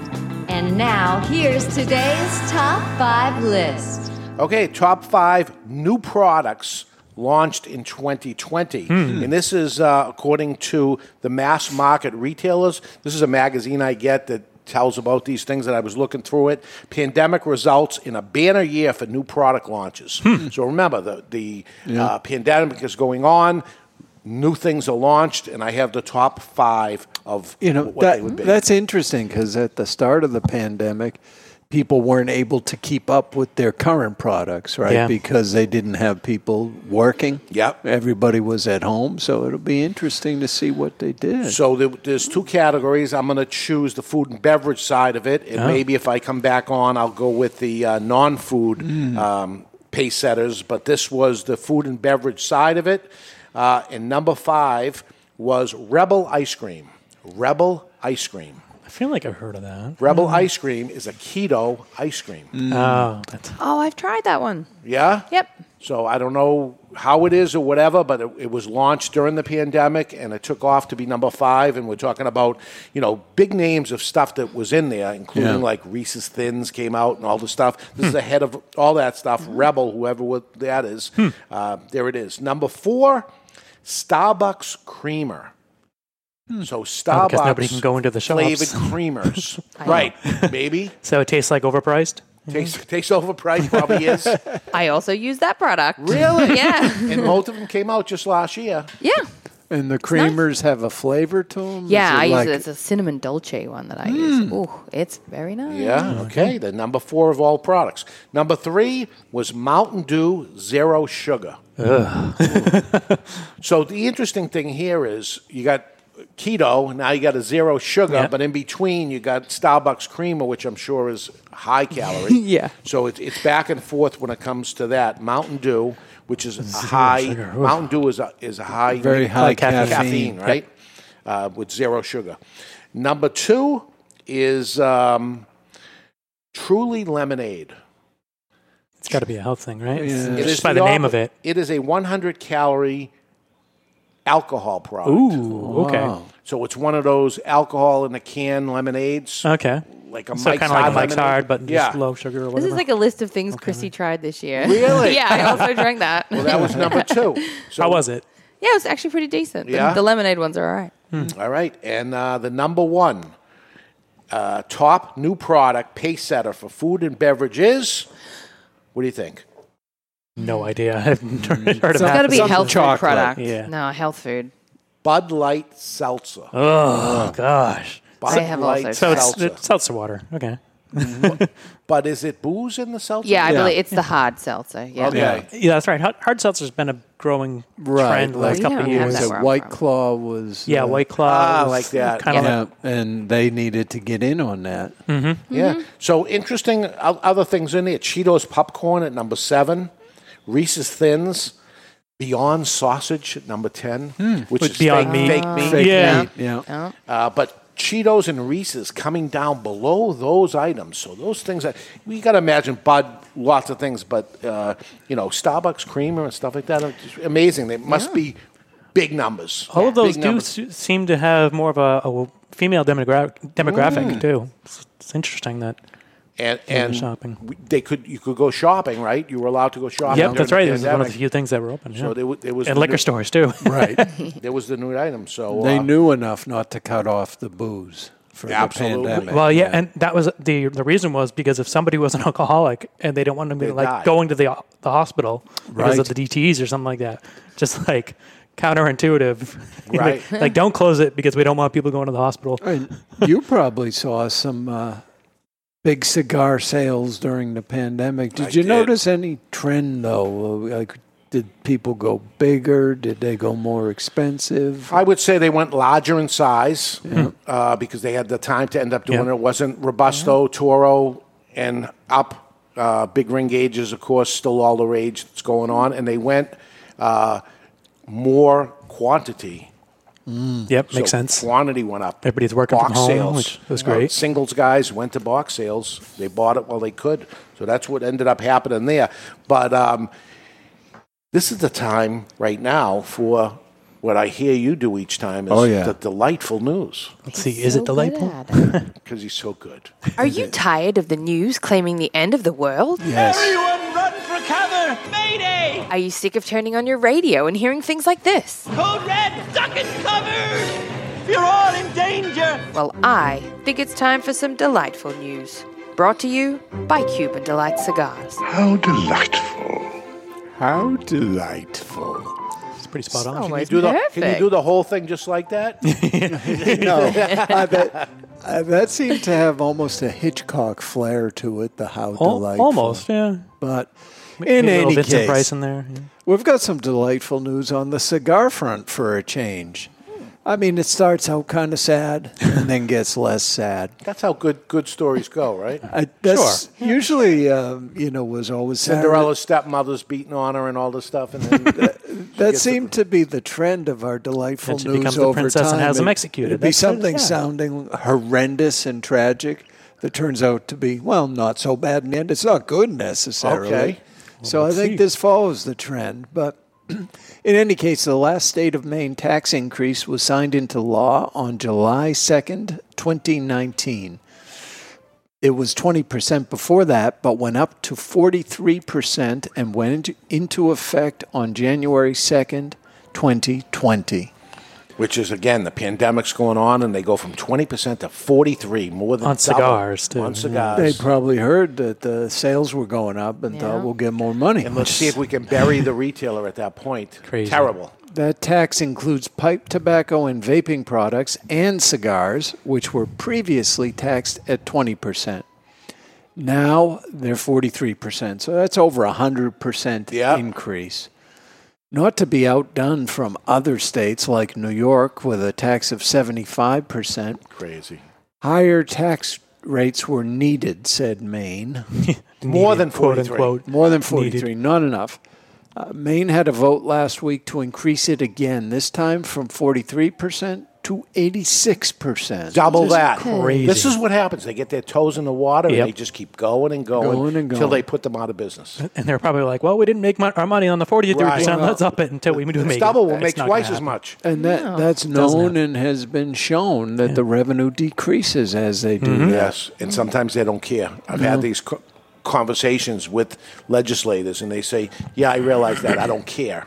Speaker 12: And now, here's today's top five list.
Speaker 5: Okay, top five new products launched in 2020.
Speaker 13: Hmm.
Speaker 5: And this is uh, according to the mass market retailers. This is a magazine I get that tells about these things and I was looking through it. Pandemic results in a banner year for new product launches.
Speaker 2: Hmm.
Speaker 5: So remember, the, the uh, pandemic is going on. New things are launched, and I have the top five of
Speaker 2: You know,
Speaker 5: what they
Speaker 2: that,
Speaker 5: would be.
Speaker 2: that's interesting because at the start of the pandemic, people weren't able to keep up with their current products, right?
Speaker 5: Yeah.
Speaker 2: Because they didn't have people working.
Speaker 5: Yep.
Speaker 2: Everybody was at home. So it'll be interesting to see what they did.
Speaker 5: So there, there's two categories. I'm going to choose the food and beverage side of it, and
Speaker 2: Oh.
Speaker 5: maybe if I come back on, I'll go with the uh, non-food
Speaker 3: Mm.
Speaker 5: um, pace setters. But this was the food and beverage side of it, uh, and number five was Rebel ice cream. Rebel ice cream.
Speaker 3: I feel like I've heard of that. Mm.
Speaker 5: Rebel ice cream is a keto ice cream.
Speaker 3: Oh, that's
Speaker 6: Oh, I've tried that one.
Speaker 5: Yeah.
Speaker 6: Yep.
Speaker 5: So I don't know how it is or whatever, but it, it was launched during the pandemic and it took off to be number five. And we're talking about, you know, big names of stuff that was in there, including
Speaker 13: Yeah.
Speaker 5: like Reese's Thins came out and all the stuff.
Speaker 3: Hmm.
Speaker 5: This is ahead of all that stuff. Rebel, whoever what that is.
Speaker 3: Hmm.
Speaker 5: Uh, there it is. Number four, Starbucks Creamer. So
Speaker 3: Oh,
Speaker 5: Starbucks
Speaker 3: because nobody can go into the shops.
Speaker 5: flavored creamers, right? Maybe.
Speaker 3: So it tastes like overpriced.
Speaker 5: Tastes tastes overpriced. Probably is.
Speaker 6: I also use that product.
Speaker 5: Really?
Speaker 6: Yeah.
Speaker 5: and both of them came out just last year.
Speaker 6: Yeah.
Speaker 2: And the creamers have a flavor to
Speaker 5: Mm.
Speaker 2: them.
Speaker 6: Yeah, I use it. It's a cinnamon dolce one that I use. Ooh, it's very nice.
Speaker 5: Yeah, okay. The number four of all products. Number three was Mountain Dew Zero Sugar. so the interesting thing here is you got keto, now you got a zero sugar, but in between you got Starbucks creamer, which I'm sure is high calorie.
Speaker 6: Yeah.
Speaker 5: So it's, it's back and forth when it comes to that. Mountain Dew, which is a
Speaker 13: Zero
Speaker 5: high,
Speaker 13: sugar, oof.
Speaker 5: Mountain Dew is a, is a high,
Speaker 13: Very high
Speaker 5: caffeine,
Speaker 13: caffeine. Yep.
Speaker 5: right? Uh, with zero sugar. Number two is um, Truly Lemonade.
Speaker 3: It's got to be a health thing, right?
Speaker 5: It
Speaker 3: Just
Speaker 5: is
Speaker 3: by the name of
Speaker 5: al-
Speaker 3: it.
Speaker 5: It is a 100 calorie alcohol product.
Speaker 3: Ooh, okay. Wow.
Speaker 5: So it's one of those alcohol in a can lemonades.
Speaker 3: Okay.
Speaker 5: Like a
Speaker 3: So
Speaker 5: Mike's
Speaker 3: kinda like
Speaker 5: Hard
Speaker 3: Mike's
Speaker 5: lemonade.
Speaker 3: Hard, but just
Speaker 5: yeah.
Speaker 3: low sugar or
Speaker 6: This
Speaker 3: whatever.
Speaker 6: is like a list of things Chrissy tried this year.
Speaker 5: Really?
Speaker 6: yeah, I also drank that.
Speaker 5: Well, that was number two. So,
Speaker 3: How was it?
Speaker 6: Yeah, it was actually pretty decent. The-
Speaker 5: Yeah?
Speaker 6: The, lemonade ones are all right.
Speaker 3: Hmm.
Speaker 5: All right. And uh, the number one uh, top new product pace setter for food and beverage is. What do you think?
Speaker 3: No idea. I haven't heard of that.
Speaker 6: It's got to be a health food product.
Speaker 3: Yeah.
Speaker 6: No, health food.
Speaker 5: Bud Light Seltzer.
Speaker 3: Oh, gosh.
Speaker 5: Bud
Speaker 3: So-
Speaker 5: have Mm-hmm. Light also
Speaker 3: So it's,
Speaker 5: seltzer.
Speaker 3: it's seltzer water. Okay.
Speaker 5: But is it booze in the seltzer?
Speaker 6: Yeah, I believe it's the hard seltzer. Yeah.
Speaker 3: Yeah. Yeah, that's right. Hard, hard seltzer's been a growing trend the last couple of years.
Speaker 2: So White Claw was uh,
Speaker 3: Yeah, White Claw Ah, was like
Speaker 5: that.
Speaker 3: kinda
Speaker 2: yeah, and they needed to get in on that.
Speaker 3: Mm-hmm.
Speaker 5: Yeah. So interesting o- other things in there. Cheetos popcorn at number seven, Reese's Thins, Beyond Sausage at number 10, which
Speaker 3: With
Speaker 5: is
Speaker 3: Beyond
Speaker 5: fake,
Speaker 3: Meat.
Speaker 5: fake meat.
Speaker 3: Fake Yeah. meat,
Speaker 2: Hmm. yeah.
Speaker 5: Uh, but Cheetos and Reese's coming down below those items. So those things that we got to imagine Bud, lots of things, but uh, you know, Starbucks creamer and stuff like that are just amazing. They must be big numbers.
Speaker 3: All of those
Speaker 5: Big
Speaker 3: do
Speaker 5: numbers.
Speaker 3: s- seem to have more of a, a female demogra- demographic,
Speaker 5: Mm.
Speaker 3: too. It's, it's interesting that.
Speaker 5: and
Speaker 3: Yeah,
Speaker 5: and
Speaker 3: shopping.
Speaker 5: we- They could you could go shopping, right? You were allowed to go shopping.
Speaker 3: Yep, that's right.
Speaker 5: during
Speaker 3: It
Speaker 5: the
Speaker 3: was one of the
Speaker 5: pandemic.
Speaker 3: few things that were open.
Speaker 5: So
Speaker 3: yeah.
Speaker 5: there, wa- there was
Speaker 3: and
Speaker 5: the
Speaker 3: liquor
Speaker 5: new-
Speaker 3: stores, too.
Speaker 5: there was the new item. So
Speaker 2: They
Speaker 5: uh,
Speaker 2: knew enough not to cut off the booze for
Speaker 5: Absolutely.
Speaker 2: the pandemic.
Speaker 3: Well, yeah, and that was the the reason was because if somebody was an alcoholic and they didn't want them to be
Speaker 2: They
Speaker 3: like
Speaker 2: died.
Speaker 3: going to the the hospital
Speaker 2: Right.
Speaker 3: because of the DTS or something like that, just like counterintuitive, You know,
Speaker 2: Right.
Speaker 3: like, don't close it because we don't want people going to the hospital.
Speaker 2: you probably saw some uh, big cigar sales during the pandemic. Did
Speaker 5: I
Speaker 2: you
Speaker 5: did.
Speaker 2: notice any trend though? Like, did people go bigger? Did they go more expensive?
Speaker 5: I would say they went larger in size uh, because they had the time to end up doing
Speaker 2: Yeah.
Speaker 5: it. It wasn't Robusto, Toro, and up. Uh, big ring gauges, of course, still all the rage that's going on, and they went uh, more quantity.
Speaker 3: Yep,
Speaker 5: So
Speaker 3: makes sense.
Speaker 5: Quantity went up.
Speaker 3: Everybody's working
Speaker 5: box
Speaker 3: from home,
Speaker 5: sales.
Speaker 3: which was
Speaker 5: Uh,
Speaker 3: great.
Speaker 5: singles guys went to box sales. They bought it while they could. So that's what ended up happening there. But um, this is the time right now for what I hear you do each time is
Speaker 2: Oh, yeah.
Speaker 5: the delightful news.
Speaker 3: Let's see, is it delightful?
Speaker 5: Because he's so good.
Speaker 6: Are you tired of the news claiming the end of the world?
Speaker 14: Everyone run for cover! Mayday!
Speaker 6: Are you sick of turning on your radio and hearing things like this?
Speaker 14: Code red, duck and cover! You're all in danger!
Speaker 6: Well, I think it's time for some delightful news. Brought to you by Cuban Delight Cigars.
Speaker 15: How delightful. How delightful.
Speaker 3: It's pretty spot
Speaker 6: on.
Speaker 5: Can you,
Speaker 6: Always
Speaker 5: do the, can you
Speaker 6: perfect.
Speaker 5: do the whole thing just like that?
Speaker 2: no, I bet, uh, that seemed to have almost a Hitchcock flair to it. The how
Speaker 3: Al-
Speaker 2: delightful,
Speaker 3: almost, yeah.
Speaker 2: But
Speaker 3: Maybe
Speaker 2: in
Speaker 3: a little
Speaker 2: any
Speaker 3: Vincent
Speaker 2: case,
Speaker 3: Price in there, yeah.
Speaker 2: Mm-hmm. we've got some delightful news on the cigar front for a change.
Speaker 3: Hmm.
Speaker 2: I mean, it starts out kind of sad and then gets less sad.
Speaker 5: That's how good good stories go, right?
Speaker 2: I, that's usually, um, you know, was always
Speaker 5: Cinderella's stepmother's beating on her and all this stuff, and then
Speaker 2: That seemed to be the trend of our delightful
Speaker 3: And she
Speaker 2: news
Speaker 3: becomes the
Speaker 2: over
Speaker 3: princess and
Speaker 2: time.
Speaker 3: has them
Speaker 2: It-
Speaker 3: executed.
Speaker 2: It'd be
Speaker 3: That's-
Speaker 2: something
Speaker 3: yeah.
Speaker 2: sounding horrendous and tragic that turns out to be well, not so bad in the end. It's not good necessarily.
Speaker 5: Okay.
Speaker 2: so I
Speaker 13: let's
Speaker 2: think
Speaker 13: see.
Speaker 2: this follows the trend. But in any case, the last state of Maine tax increase was signed into law on July 2nd, 2019. It was 20% before that, but went up to 43% and went into, into effect on January 2nd, 2020.
Speaker 5: Which is again the pandemic's going on, and they go from twenty percent to forty three, more than
Speaker 2: On
Speaker 5: double.
Speaker 2: cigars,
Speaker 3: too.
Speaker 5: On
Speaker 3: Yeah.
Speaker 2: They
Speaker 5: cigars.
Speaker 2: probably heard that the sales were going up and thought we'll get more money.
Speaker 5: and let's see if we can bury the retailer at that point. Crazy. Terrible.
Speaker 2: That tax includes pipe tobacco and vaping products and cigars, which were previously taxed at 20%. Now they're 43%. So that's over a 100% increase. Not to be outdone from other states like New York with a tax of 75%.
Speaker 5: Crazy.
Speaker 2: Higher tax rates were needed, said Maine.
Speaker 5: More than Needed, quote 43. unquote.
Speaker 2: More than
Speaker 5: Needed.
Speaker 2: 43. Not enough. Uh, Maine had a vote last week to increase it again, this time from 43% to 86%.
Speaker 5: Double that. This is what happens. They get their toes in the water
Speaker 3: Yep.
Speaker 5: and they just keep going and going,
Speaker 3: Going and
Speaker 5: until
Speaker 3: going.
Speaker 5: they put them out of business.
Speaker 3: And they're probably like, well, we didn't make mon- our money on the 43%.
Speaker 5: Right.
Speaker 3: Let's up it until we do make it.
Speaker 5: double will
Speaker 3: It's
Speaker 5: make
Speaker 3: not
Speaker 5: twice
Speaker 3: gonna
Speaker 5: as
Speaker 3: happen.
Speaker 5: much.
Speaker 2: And that, that's
Speaker 3: Doesn't
Speaker 2: known and has been shown that the revenue decreases as they
Speaker 3: Mm-hmm.
Speaker 2: do that.
Speaker 5: Mm-hmm. Yes, and sometimes they don't care. I've
Speaker 2: No.
Speaker 5: had these co- conversations with legislators, and they say, "Yeah, I realize that. I don't care."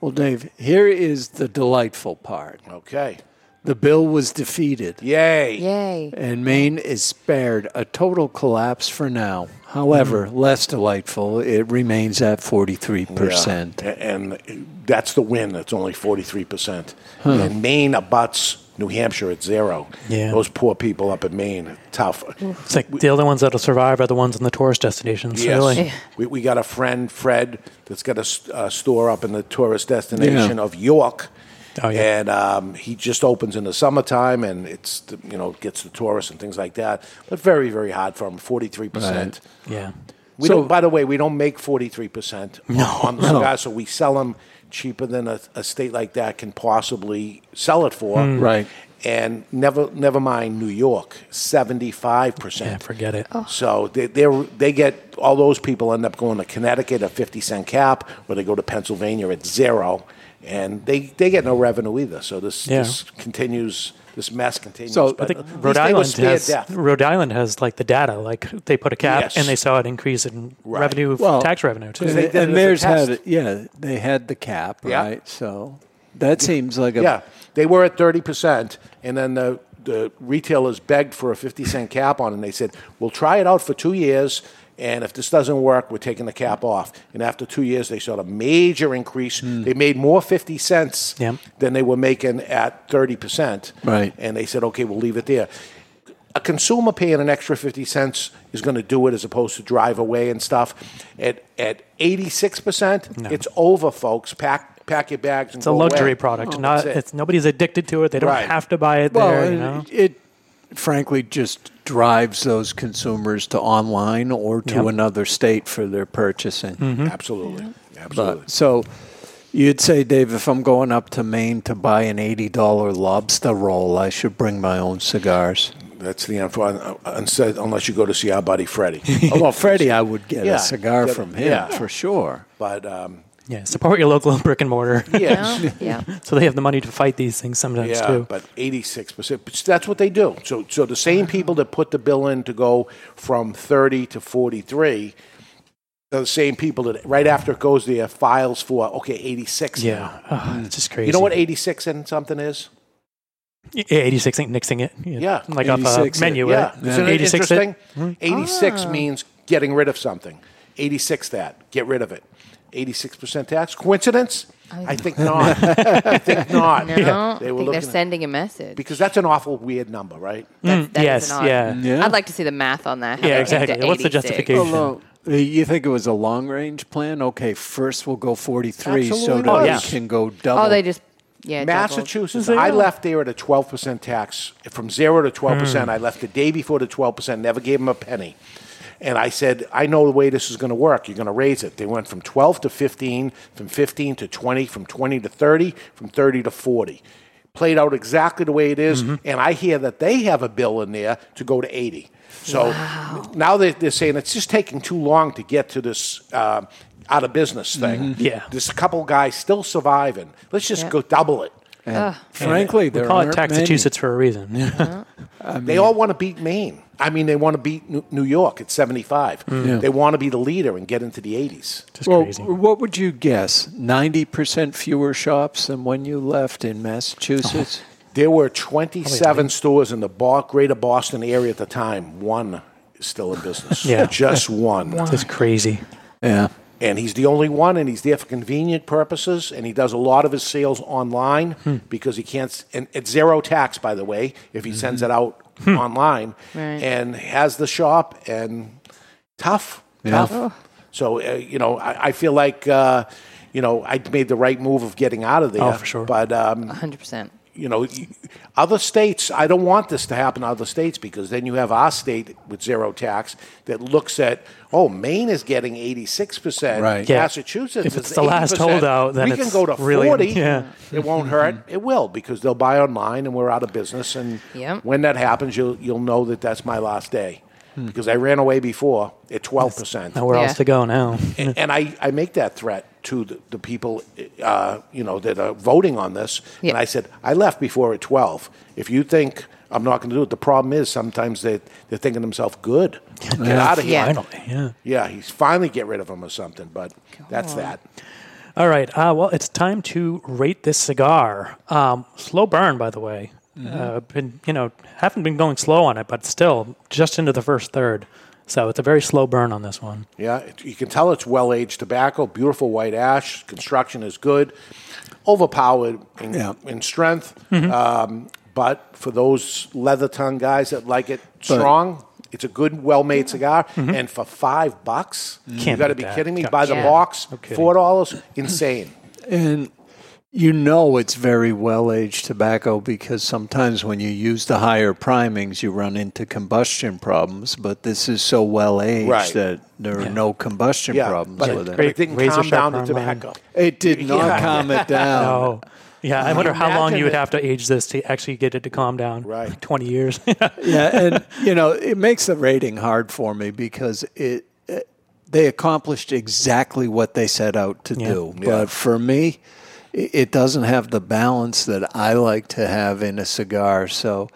Speaker 2: Well, Dave, here is the delightful part.
Speaker 5: Okay.
Speaker 2: The bill was defeated.
Speaker 5: Yay.
Speaker 4: Yay.
Speaker 2: And Maine is spared a total collapse for now. However,
Speaker 5: Mm-hmm.
Speaker 2: less delightful, it remains at 43%.
Speaker 5: Yeah. A- And that's the win. That's only 43%.
Speaker 2: Huh.
Speaker 5: And Maine abuts New Hampshire at zero.
Speaker 3: Yeah.
Speaker 5: Those poor people up in Maine, tough.
Speaker 3: Mm-hmm. It's like the only ones that'll survive are the ones in the tourist destinations.
Speaker 5: Yes.
Speaker 3: Really.
Speaker 5: We, we got a friend, Fred, that's got a s- uh, store up in the tourist destination
Speaker 3: Yeah.
Speaker 5: of York.
Speaker 2: Oh,
Speaker 5: And um, he just opens in the summertime, and it's the- you know gets the tourists and things like that. But very very hard for him, forty three percent.
Speaker 3: Yeah.
Speaker 5: We
Speaker 3: So-
Speaker 5: don't. By the way, we don't make forty three percent on the
Speaker 3: No.
Speaker 5: cigar, so we sell them cheaper than a, a state like that can possibly sell it for.
Speaker 3: Hmm. Right.
Speaker 5: And never, never mind New York, seventy five
Speaker 3: Yeah,
Speaker 5: percent.
Speaker 3: forget it.
Speaker 5: So they they they get all those people end up going to Connecticut a fifty cent cap, or they go to Pennsylvania at zero, and they, they get no revenue either. So this
Speaker 3: Yeah.
Speaker 5: this continues. This mess continues.
Speaker 3: So I
Speaker 5: but
Speaker 3: think
Speaker 5: at least
Speaker 3: Rhode
Speaker 5: they were
Speaker 3: Island
Speaker 5: spared
Speaker 3: has
Speaker 5: death.
Speaker 3: Rhode Island has like the data. Like they put a cap
Speaker 5: Yes.
Speaker 3: and they saw an increase in revenue,
Speaker 2: Well,
Speaker 3: tax revenue too.
Speaker 2: And, and theirs had it, yeah, they had the cap,
Speaker 5: Yeah.
Speaker 2: right? So that seems like a
Speaker 5: yeah, they were at thirty percent, and then the the retailers begged for a fifty cent cap on, it, and they said, "We'll try it out for two years, and if this doesn't work, we're taking the cap off." And after two years, they saw a major increase.
Speaker 2: Hmm.
Speaker 5: They made more fifty cents than they were making at thirty percent,
Speaker 2: Right.
Speaker 5: And they said, "Okay, we'll leave it there." A consumer paying an extra fifty cents is going to do it, as opposed to drive away and stuff. At at eighty six percent, it's over, folks. Pack pack your bags. and
Speaker 3: It's a
Speaker 5: go away.
Speaker 3: luxury product.
Speaker 5: Oh,
Speaker 3: Not
Speaker 5: that's it.
Speaker 3: it's nobody's addicted to it. They don't
Speaker 5: Right.
Speaker 3: have to buy it
Speaker 2: Well,
Speaker 3: there. You
Speaker 2: it-
Speaker 3: know?
Speaker 2: it frankly just drives those consumers to online or to
Speaker 3: Yep. Mm-hmm.
Speaker 2: another state for their purchasing.
Speaker 5: Absolutely.
Speaker 2: But- so you'd say, Dave, if I'm going up to Maine to buy an $80 lobster roll, I should bring my own cigars.
Speaker 5: That's the unfortunate. Unsaid, unless you go to see our buddy Freddie.
Speaker 2: Oh, well, Freddie, I would get
Speaker 5: Yeah.
Speaker 2: a cigar
Speaker 5: Get-
Speaker 2: from him
Speaker 5: yeah.
Speaker 2: for sure.
Speaker 5: But um,
Speaker 3: yeah, support your local brick and mortar.
Speaker 5: Yes. Yeah.
Speaker 3: so they have the money to fight these things sometimes
Speaker 5: yeah,
Speaker 3: too.
Speaker 5: but eighty-six percent. That's what they do. So, so the
Speaker 3: Uh-huh.
Speaker 5: same people that put the bill in to go from thirty to forty-three, are the same people that right after it goes there files for okay eighty-six.
Speaker 3: Yeah, Ugh,
Speaker 2: Hmm.
Speaker 3: it's just
Speaker 5: now.
Speaker 3: crazy.
Speaker 5: You know what eighty-six and something is?
Speaker 3: Yeah, 86 ain't nixing it.
Speaker 5: Yeah,
Speaker 3: like off a
Speaker 5: 86
Speaker 3: menu.
Speaker 5: Yeah,
Speaker 3: right?
Speaker 5: isn't it
Speaker 3: 86 it?
Speaker 5: interesting?
Speaker 3: Mhm.
Speaker 5: Eighty-six
Speaker 3: Ah.
Speaker 5: means getting rid of something. Eighty-six that get rid of it. Eighty-six percent tax. Coincidence? I think not. I think not.
Speaker 4: Oh, No, I
Speaker 5: They
Speaker 4: think
Speaker 5: were
Speaker 4: they're
Speaker 5: looking at-
Speaker 4: sending a message.
Speaker 5: because that's an awful weird number, right?
Speaker 4: That's, that is
Speaker 3: Mm, yes,
Speaker 4: an odd-
Speaker 3: yeah. Yeah.
Speaker 4: I'd like to see the math on that. how
Speaker 3: Yeah,
Speaker 4: they came to
Speaker 3: exactly. What's the
Speaker 4: 86.
Speaker 6: Oh,
Speaker 3: justification?
Speaker 2: Although, uh, you think it was a long range plan? Okay, first we'll go 43 so
Speaker 5: Absolutely
Speaker 2: that
Speaker 5: not.
Speaker 2: we
Speaker 5: Yeah.
Speaker 2: can go double.
Speaker 4: Oh, they just yeah.
Speaker 5: Massachusetts.
Speaker 4: doubled.
Speaker 5: I left there at a twelve percent tax from zero to twelve percent. I left the day before the twelve percent. Never gave them a penny. And I said, I know the way this is going to work. You're going to raise it. They went from 12 to 15, from 15 to 20, from 20 to 30, from 30 to 40. played out exactly the way it is, and I hear that they have a bill in there to go to 80. So now they they're saying it's just taking too long to get to this um out of business thing.
Speaker 2: Mhm. Yeah.
Speaker 5: There's a couple guys still surviving. Let's just
Speaker 2: Yeah.
Speaker 5: go double it.
Speaker 2: And frankly,
Speaker 3: we
Speaker 2: there
Speaker 3: call it
Speaker 2: aren't many.
Speaker 3: Taxachusetts for a reason.
Speaker 5: Uh-huh. they all want to beat Maine. I mean, they want to beat New- New York at 75.
Speaker 2: Mm. Yeah.
Speaker 5: They want to be the leader and get into the 80s.
Speaker 2: well, what would you guess? Ninety percent fewer shops than when you left in Massachusetts.
Speaker 5: There were twenty-seven stores in the Bo- greater Boston area at the time. One is still in business.
Speaker 3: Yeah.
Speaker 5: Just one.
Speaker 3: That's crazy.
Speaker 2: Yeah.
Speaker 5: And he's the only one, and he's there for convenient purposes, and he does a lot of his sales online
Speaker 3: Hmm.
Speaker 5: because he can't, s- and it's zero tax, by the way, if he
Speaker 2: Mm-hmm.
Speaker 5: sends it out
Speaker 2: Hmm.
Speaker 5: online,
Speaker 6: Right.
Speaker 5: and has the shop, and tough,
Speaker 6: Yeah. Ugh.
Speaker 5: tough. So, uh, you know, I, I feel like, uh, you know, I made the right move of getting out of there.
Speaker 6: Oh, for sure.
Speaker 5: But um,
Speaker 6: 100%.
Speaker 5: you know, y- other states, I don't want this to happen to other states because then you have our state with zero tax that looks at, oh, Maine is getting 86%.
Speaker 3: Right. Yeah.
Speaker 5: Massachusetts
Speaker 3: If
Speaker 5: is
Speaker 3: it's the last
Speaker 5: 80%.
Speaker 3: holdout, then
Speaker 5: we
Speaker 3: it's
Speaker 5: can go to
Speaker 3: really-
Speaker 5: 40.
Speaker 3: yeah.
Speaker 5: It won't hurt. It will because they'll buy online and we're out of business. And
Speaker 6: Yep.
Speaker 5: when that happens, you'll, you'll know that that's my last day
Speaker 3: Hmm.
Speaker 5: because I ran away before at 12%.
Speaker 3: Nowhere else to go now.
Speaker 5: And, and I, I make that threat to the, the people, uh, you know, that are voting on this. And I said, I left before at 12. If you think I'm not going to do it, the problem is sometimes they, they're thinking to themselves, good, get out of here.
Speaker 3: Yeah. Finally, yeah.
Speaker 5: Yeah, he's finally get rid of him or something, but that's
Speaker 3: on.
Speaker 5: that.
Speaker 3: All right. Uh, well, it's time to rate this cigar. Um, slow burn, by the way.
Speaker 5: Mm-hmm.
Speaker 3: Uh, been you know haven't been going slow on it, but still just into the first third. So it's a very slow burn on this one.
Speaker 5: Yeah, it- you can tell it's well aged tobacco, beautiful white ash. Construction is good, overpowered in,
Speaker 2: Yeah.
Speaker 5: in strength.
Speaker 2: Mhm.
Speaker 5: Um, but for those leather tongue guys that like it strong, it's a good, well made cigar. And for five bucks, you
Speaker 2: Mm-hmm. Can't
Speaker 5: got to
Speaker 2: beat
Speaker 5: be
Speaker 2: that.
Speaker 5: kidding me!
Speaker 2: Gotta
Speaker 5: By the
Speaker 2: be kidding.
Speaker 5: box,
Speaker 2: No kidding.
Speaker 5: four dollars, insane.
Speaker 2: And you know it's very well aged tobacco because sometimes when you use the higher primings, you run into combustion problems. But this is so well aged
Speaker 5: Right.
Speaker 2: that there are no combustion
Speaker 5: Yeah,
Speaker 2: problems
Speaker 5: but it-
Speaker 2: with it.
Speaker 5: but it didn't Razor calm sharp down the arm line. tobacco.
Speaker 2: It did
Speaker 5: Yeah.
Speaker 2: not calm it down.
Speaker 3: No. Yeah, I wonder how long
Speaker 2: Imagine
Speaker 3: you would
Speaker 2: it.
Speaker 3: have to age this to actually get it to calm down. Right. Like 20 years.
Speaker 2: yeah, and you know it makes the rating hard for me because it, it they accomplished exactly what they set out to
Speaker 3: Yeah.
Speaker 2: do.
Speaker 3: Yeah.
Speaker 2: But for me, it, it doesn't have the balance that I like to have in a cigar. So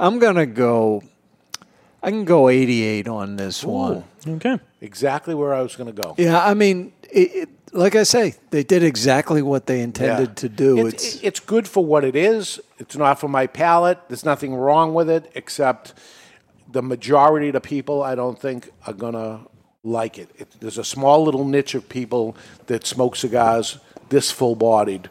Speaker 2: I'm gonna go. I can go 88 on this one.
Speaker 3: Okay.
Speaker 5: Exactly where I was going to go.
Speaker 2: Yeah, I mean, it, it, like I say, they did exactly what they intended
Speaker 5: Yeah.
Speaker 2: to do.
Speaker 5: It's, it's good for what it is. It's not for my palate. There's nothing wrong with it, except the majority of the people I don't think are gonna like it. it there's a small little niche of people that smoke cigars this full bodied.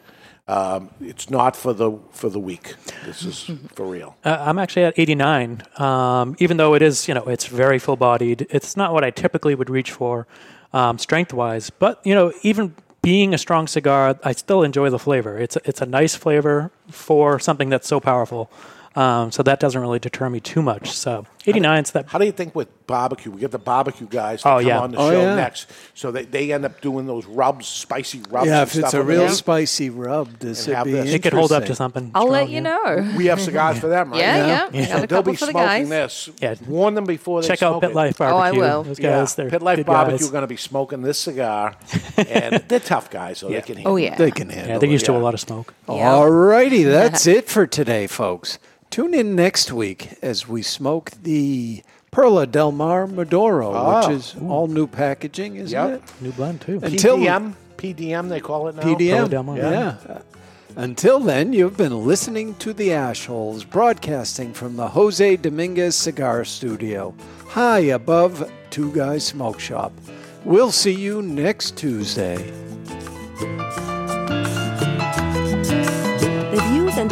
Speaker 5: Um, it's not for the for the weak. This is for real.
Speaker 3: Uh, I'm actually at 89. Um, even though it is, you know, it's very full bodied. It's not what I typically would reach for um, strength wise. But, you know, even being a strong cigar, I still enjoy the flavor. It's, it's a nice flavor for something that's so powerful. Um, so that doesn't really deter me too much. So 89 is that.
Speaker 5: How do you think with barbecue? We get the barbecue guys to
Speaker 3: Oh,
Speaker 5: come
Speaker 3: yeah.
Speaker 5: on the
Speaker 3: Oh,
Speaker 5: show
Speaker 3: yeah.
Speaker 5: next, so they, they end up doing those rubs, spicy rubs.
Speaker 2: yeah,
Speaker 5: and
Speaker 2: if it's
Speaker 5: stuff
Speaker 2: a
Speaker 5: over
Speaker 2: real
Speaker 5: there.
Speaker 2: spicy rub, this
Speaker 5: And
Speaker 2: would
Speaker 5: have
Speaker 2: be
Speaker 5: this. It could
Speaker 3: hold up to
Speaker 2: interesting.
Speaker 3: something.
Speaker 6: I'll let you know.
Speaker 5: We have cigars for them, right?
Speaker 6: Yeah, yeah.
Speaker 5: So
Speaker 6: Got a
Speaker 5: they'll be
Speaker 6: couple for the
Speaker 5: smoking
Speaker 6: guys.
Speaker 5: this.
Speaker 3: Yeah.
Speaker 5: Warn them before they
Speaker 3: Check out
Speaker 5: smoke
Speaker 3: Pit
Speaker 5: it.
Speaker 3: Life Oh, I Barbecue. will. Those guys,
Speaker 5: yeah.
Speaker 3: they're
Speaker 5: Pit Life
Speaker 3: good
Speaker 5: Barbecue
Speaker 3: guys.
Speaker 5: are going to be smoking this cigar, and they're tough guys, so
Speaker 3: Yeah.
Speaker 5: they can.
Speaker 3: Oh,
Speaker 5: Handle
Speaker 3: yeah.
Speaker 5: It.
Speaker 2: They can
Speaker 3: Yeah,
Speaker 2: handle
Speaker 3: they're
Speaker 2: it.
Speaker 3: used to a lot of smoke.
Speaker 2: All righty, that's it for today, folks. Tune in next week as we smoke the Perla Del Mar Maduro,
Speaker 5: Oh.
Speaker 2: which is all new packaging, isn't
Speaker 5: Yep.
Speaker 2: it?
Speaker 3: Ah, New blend, too.
Speaker 2: Until
Speaker 5: PDM, PDM, they call it now.
Speaker 6: Oh,
Speaker 2: PDM. yeah. Uh, Until then, you've been listening to the Ashholes broadcasting from the Jose Dominguez Cigar Studio, high above Two Guys Smoke Shop. We'll see you next Tuesday.
Speaker 16: The views and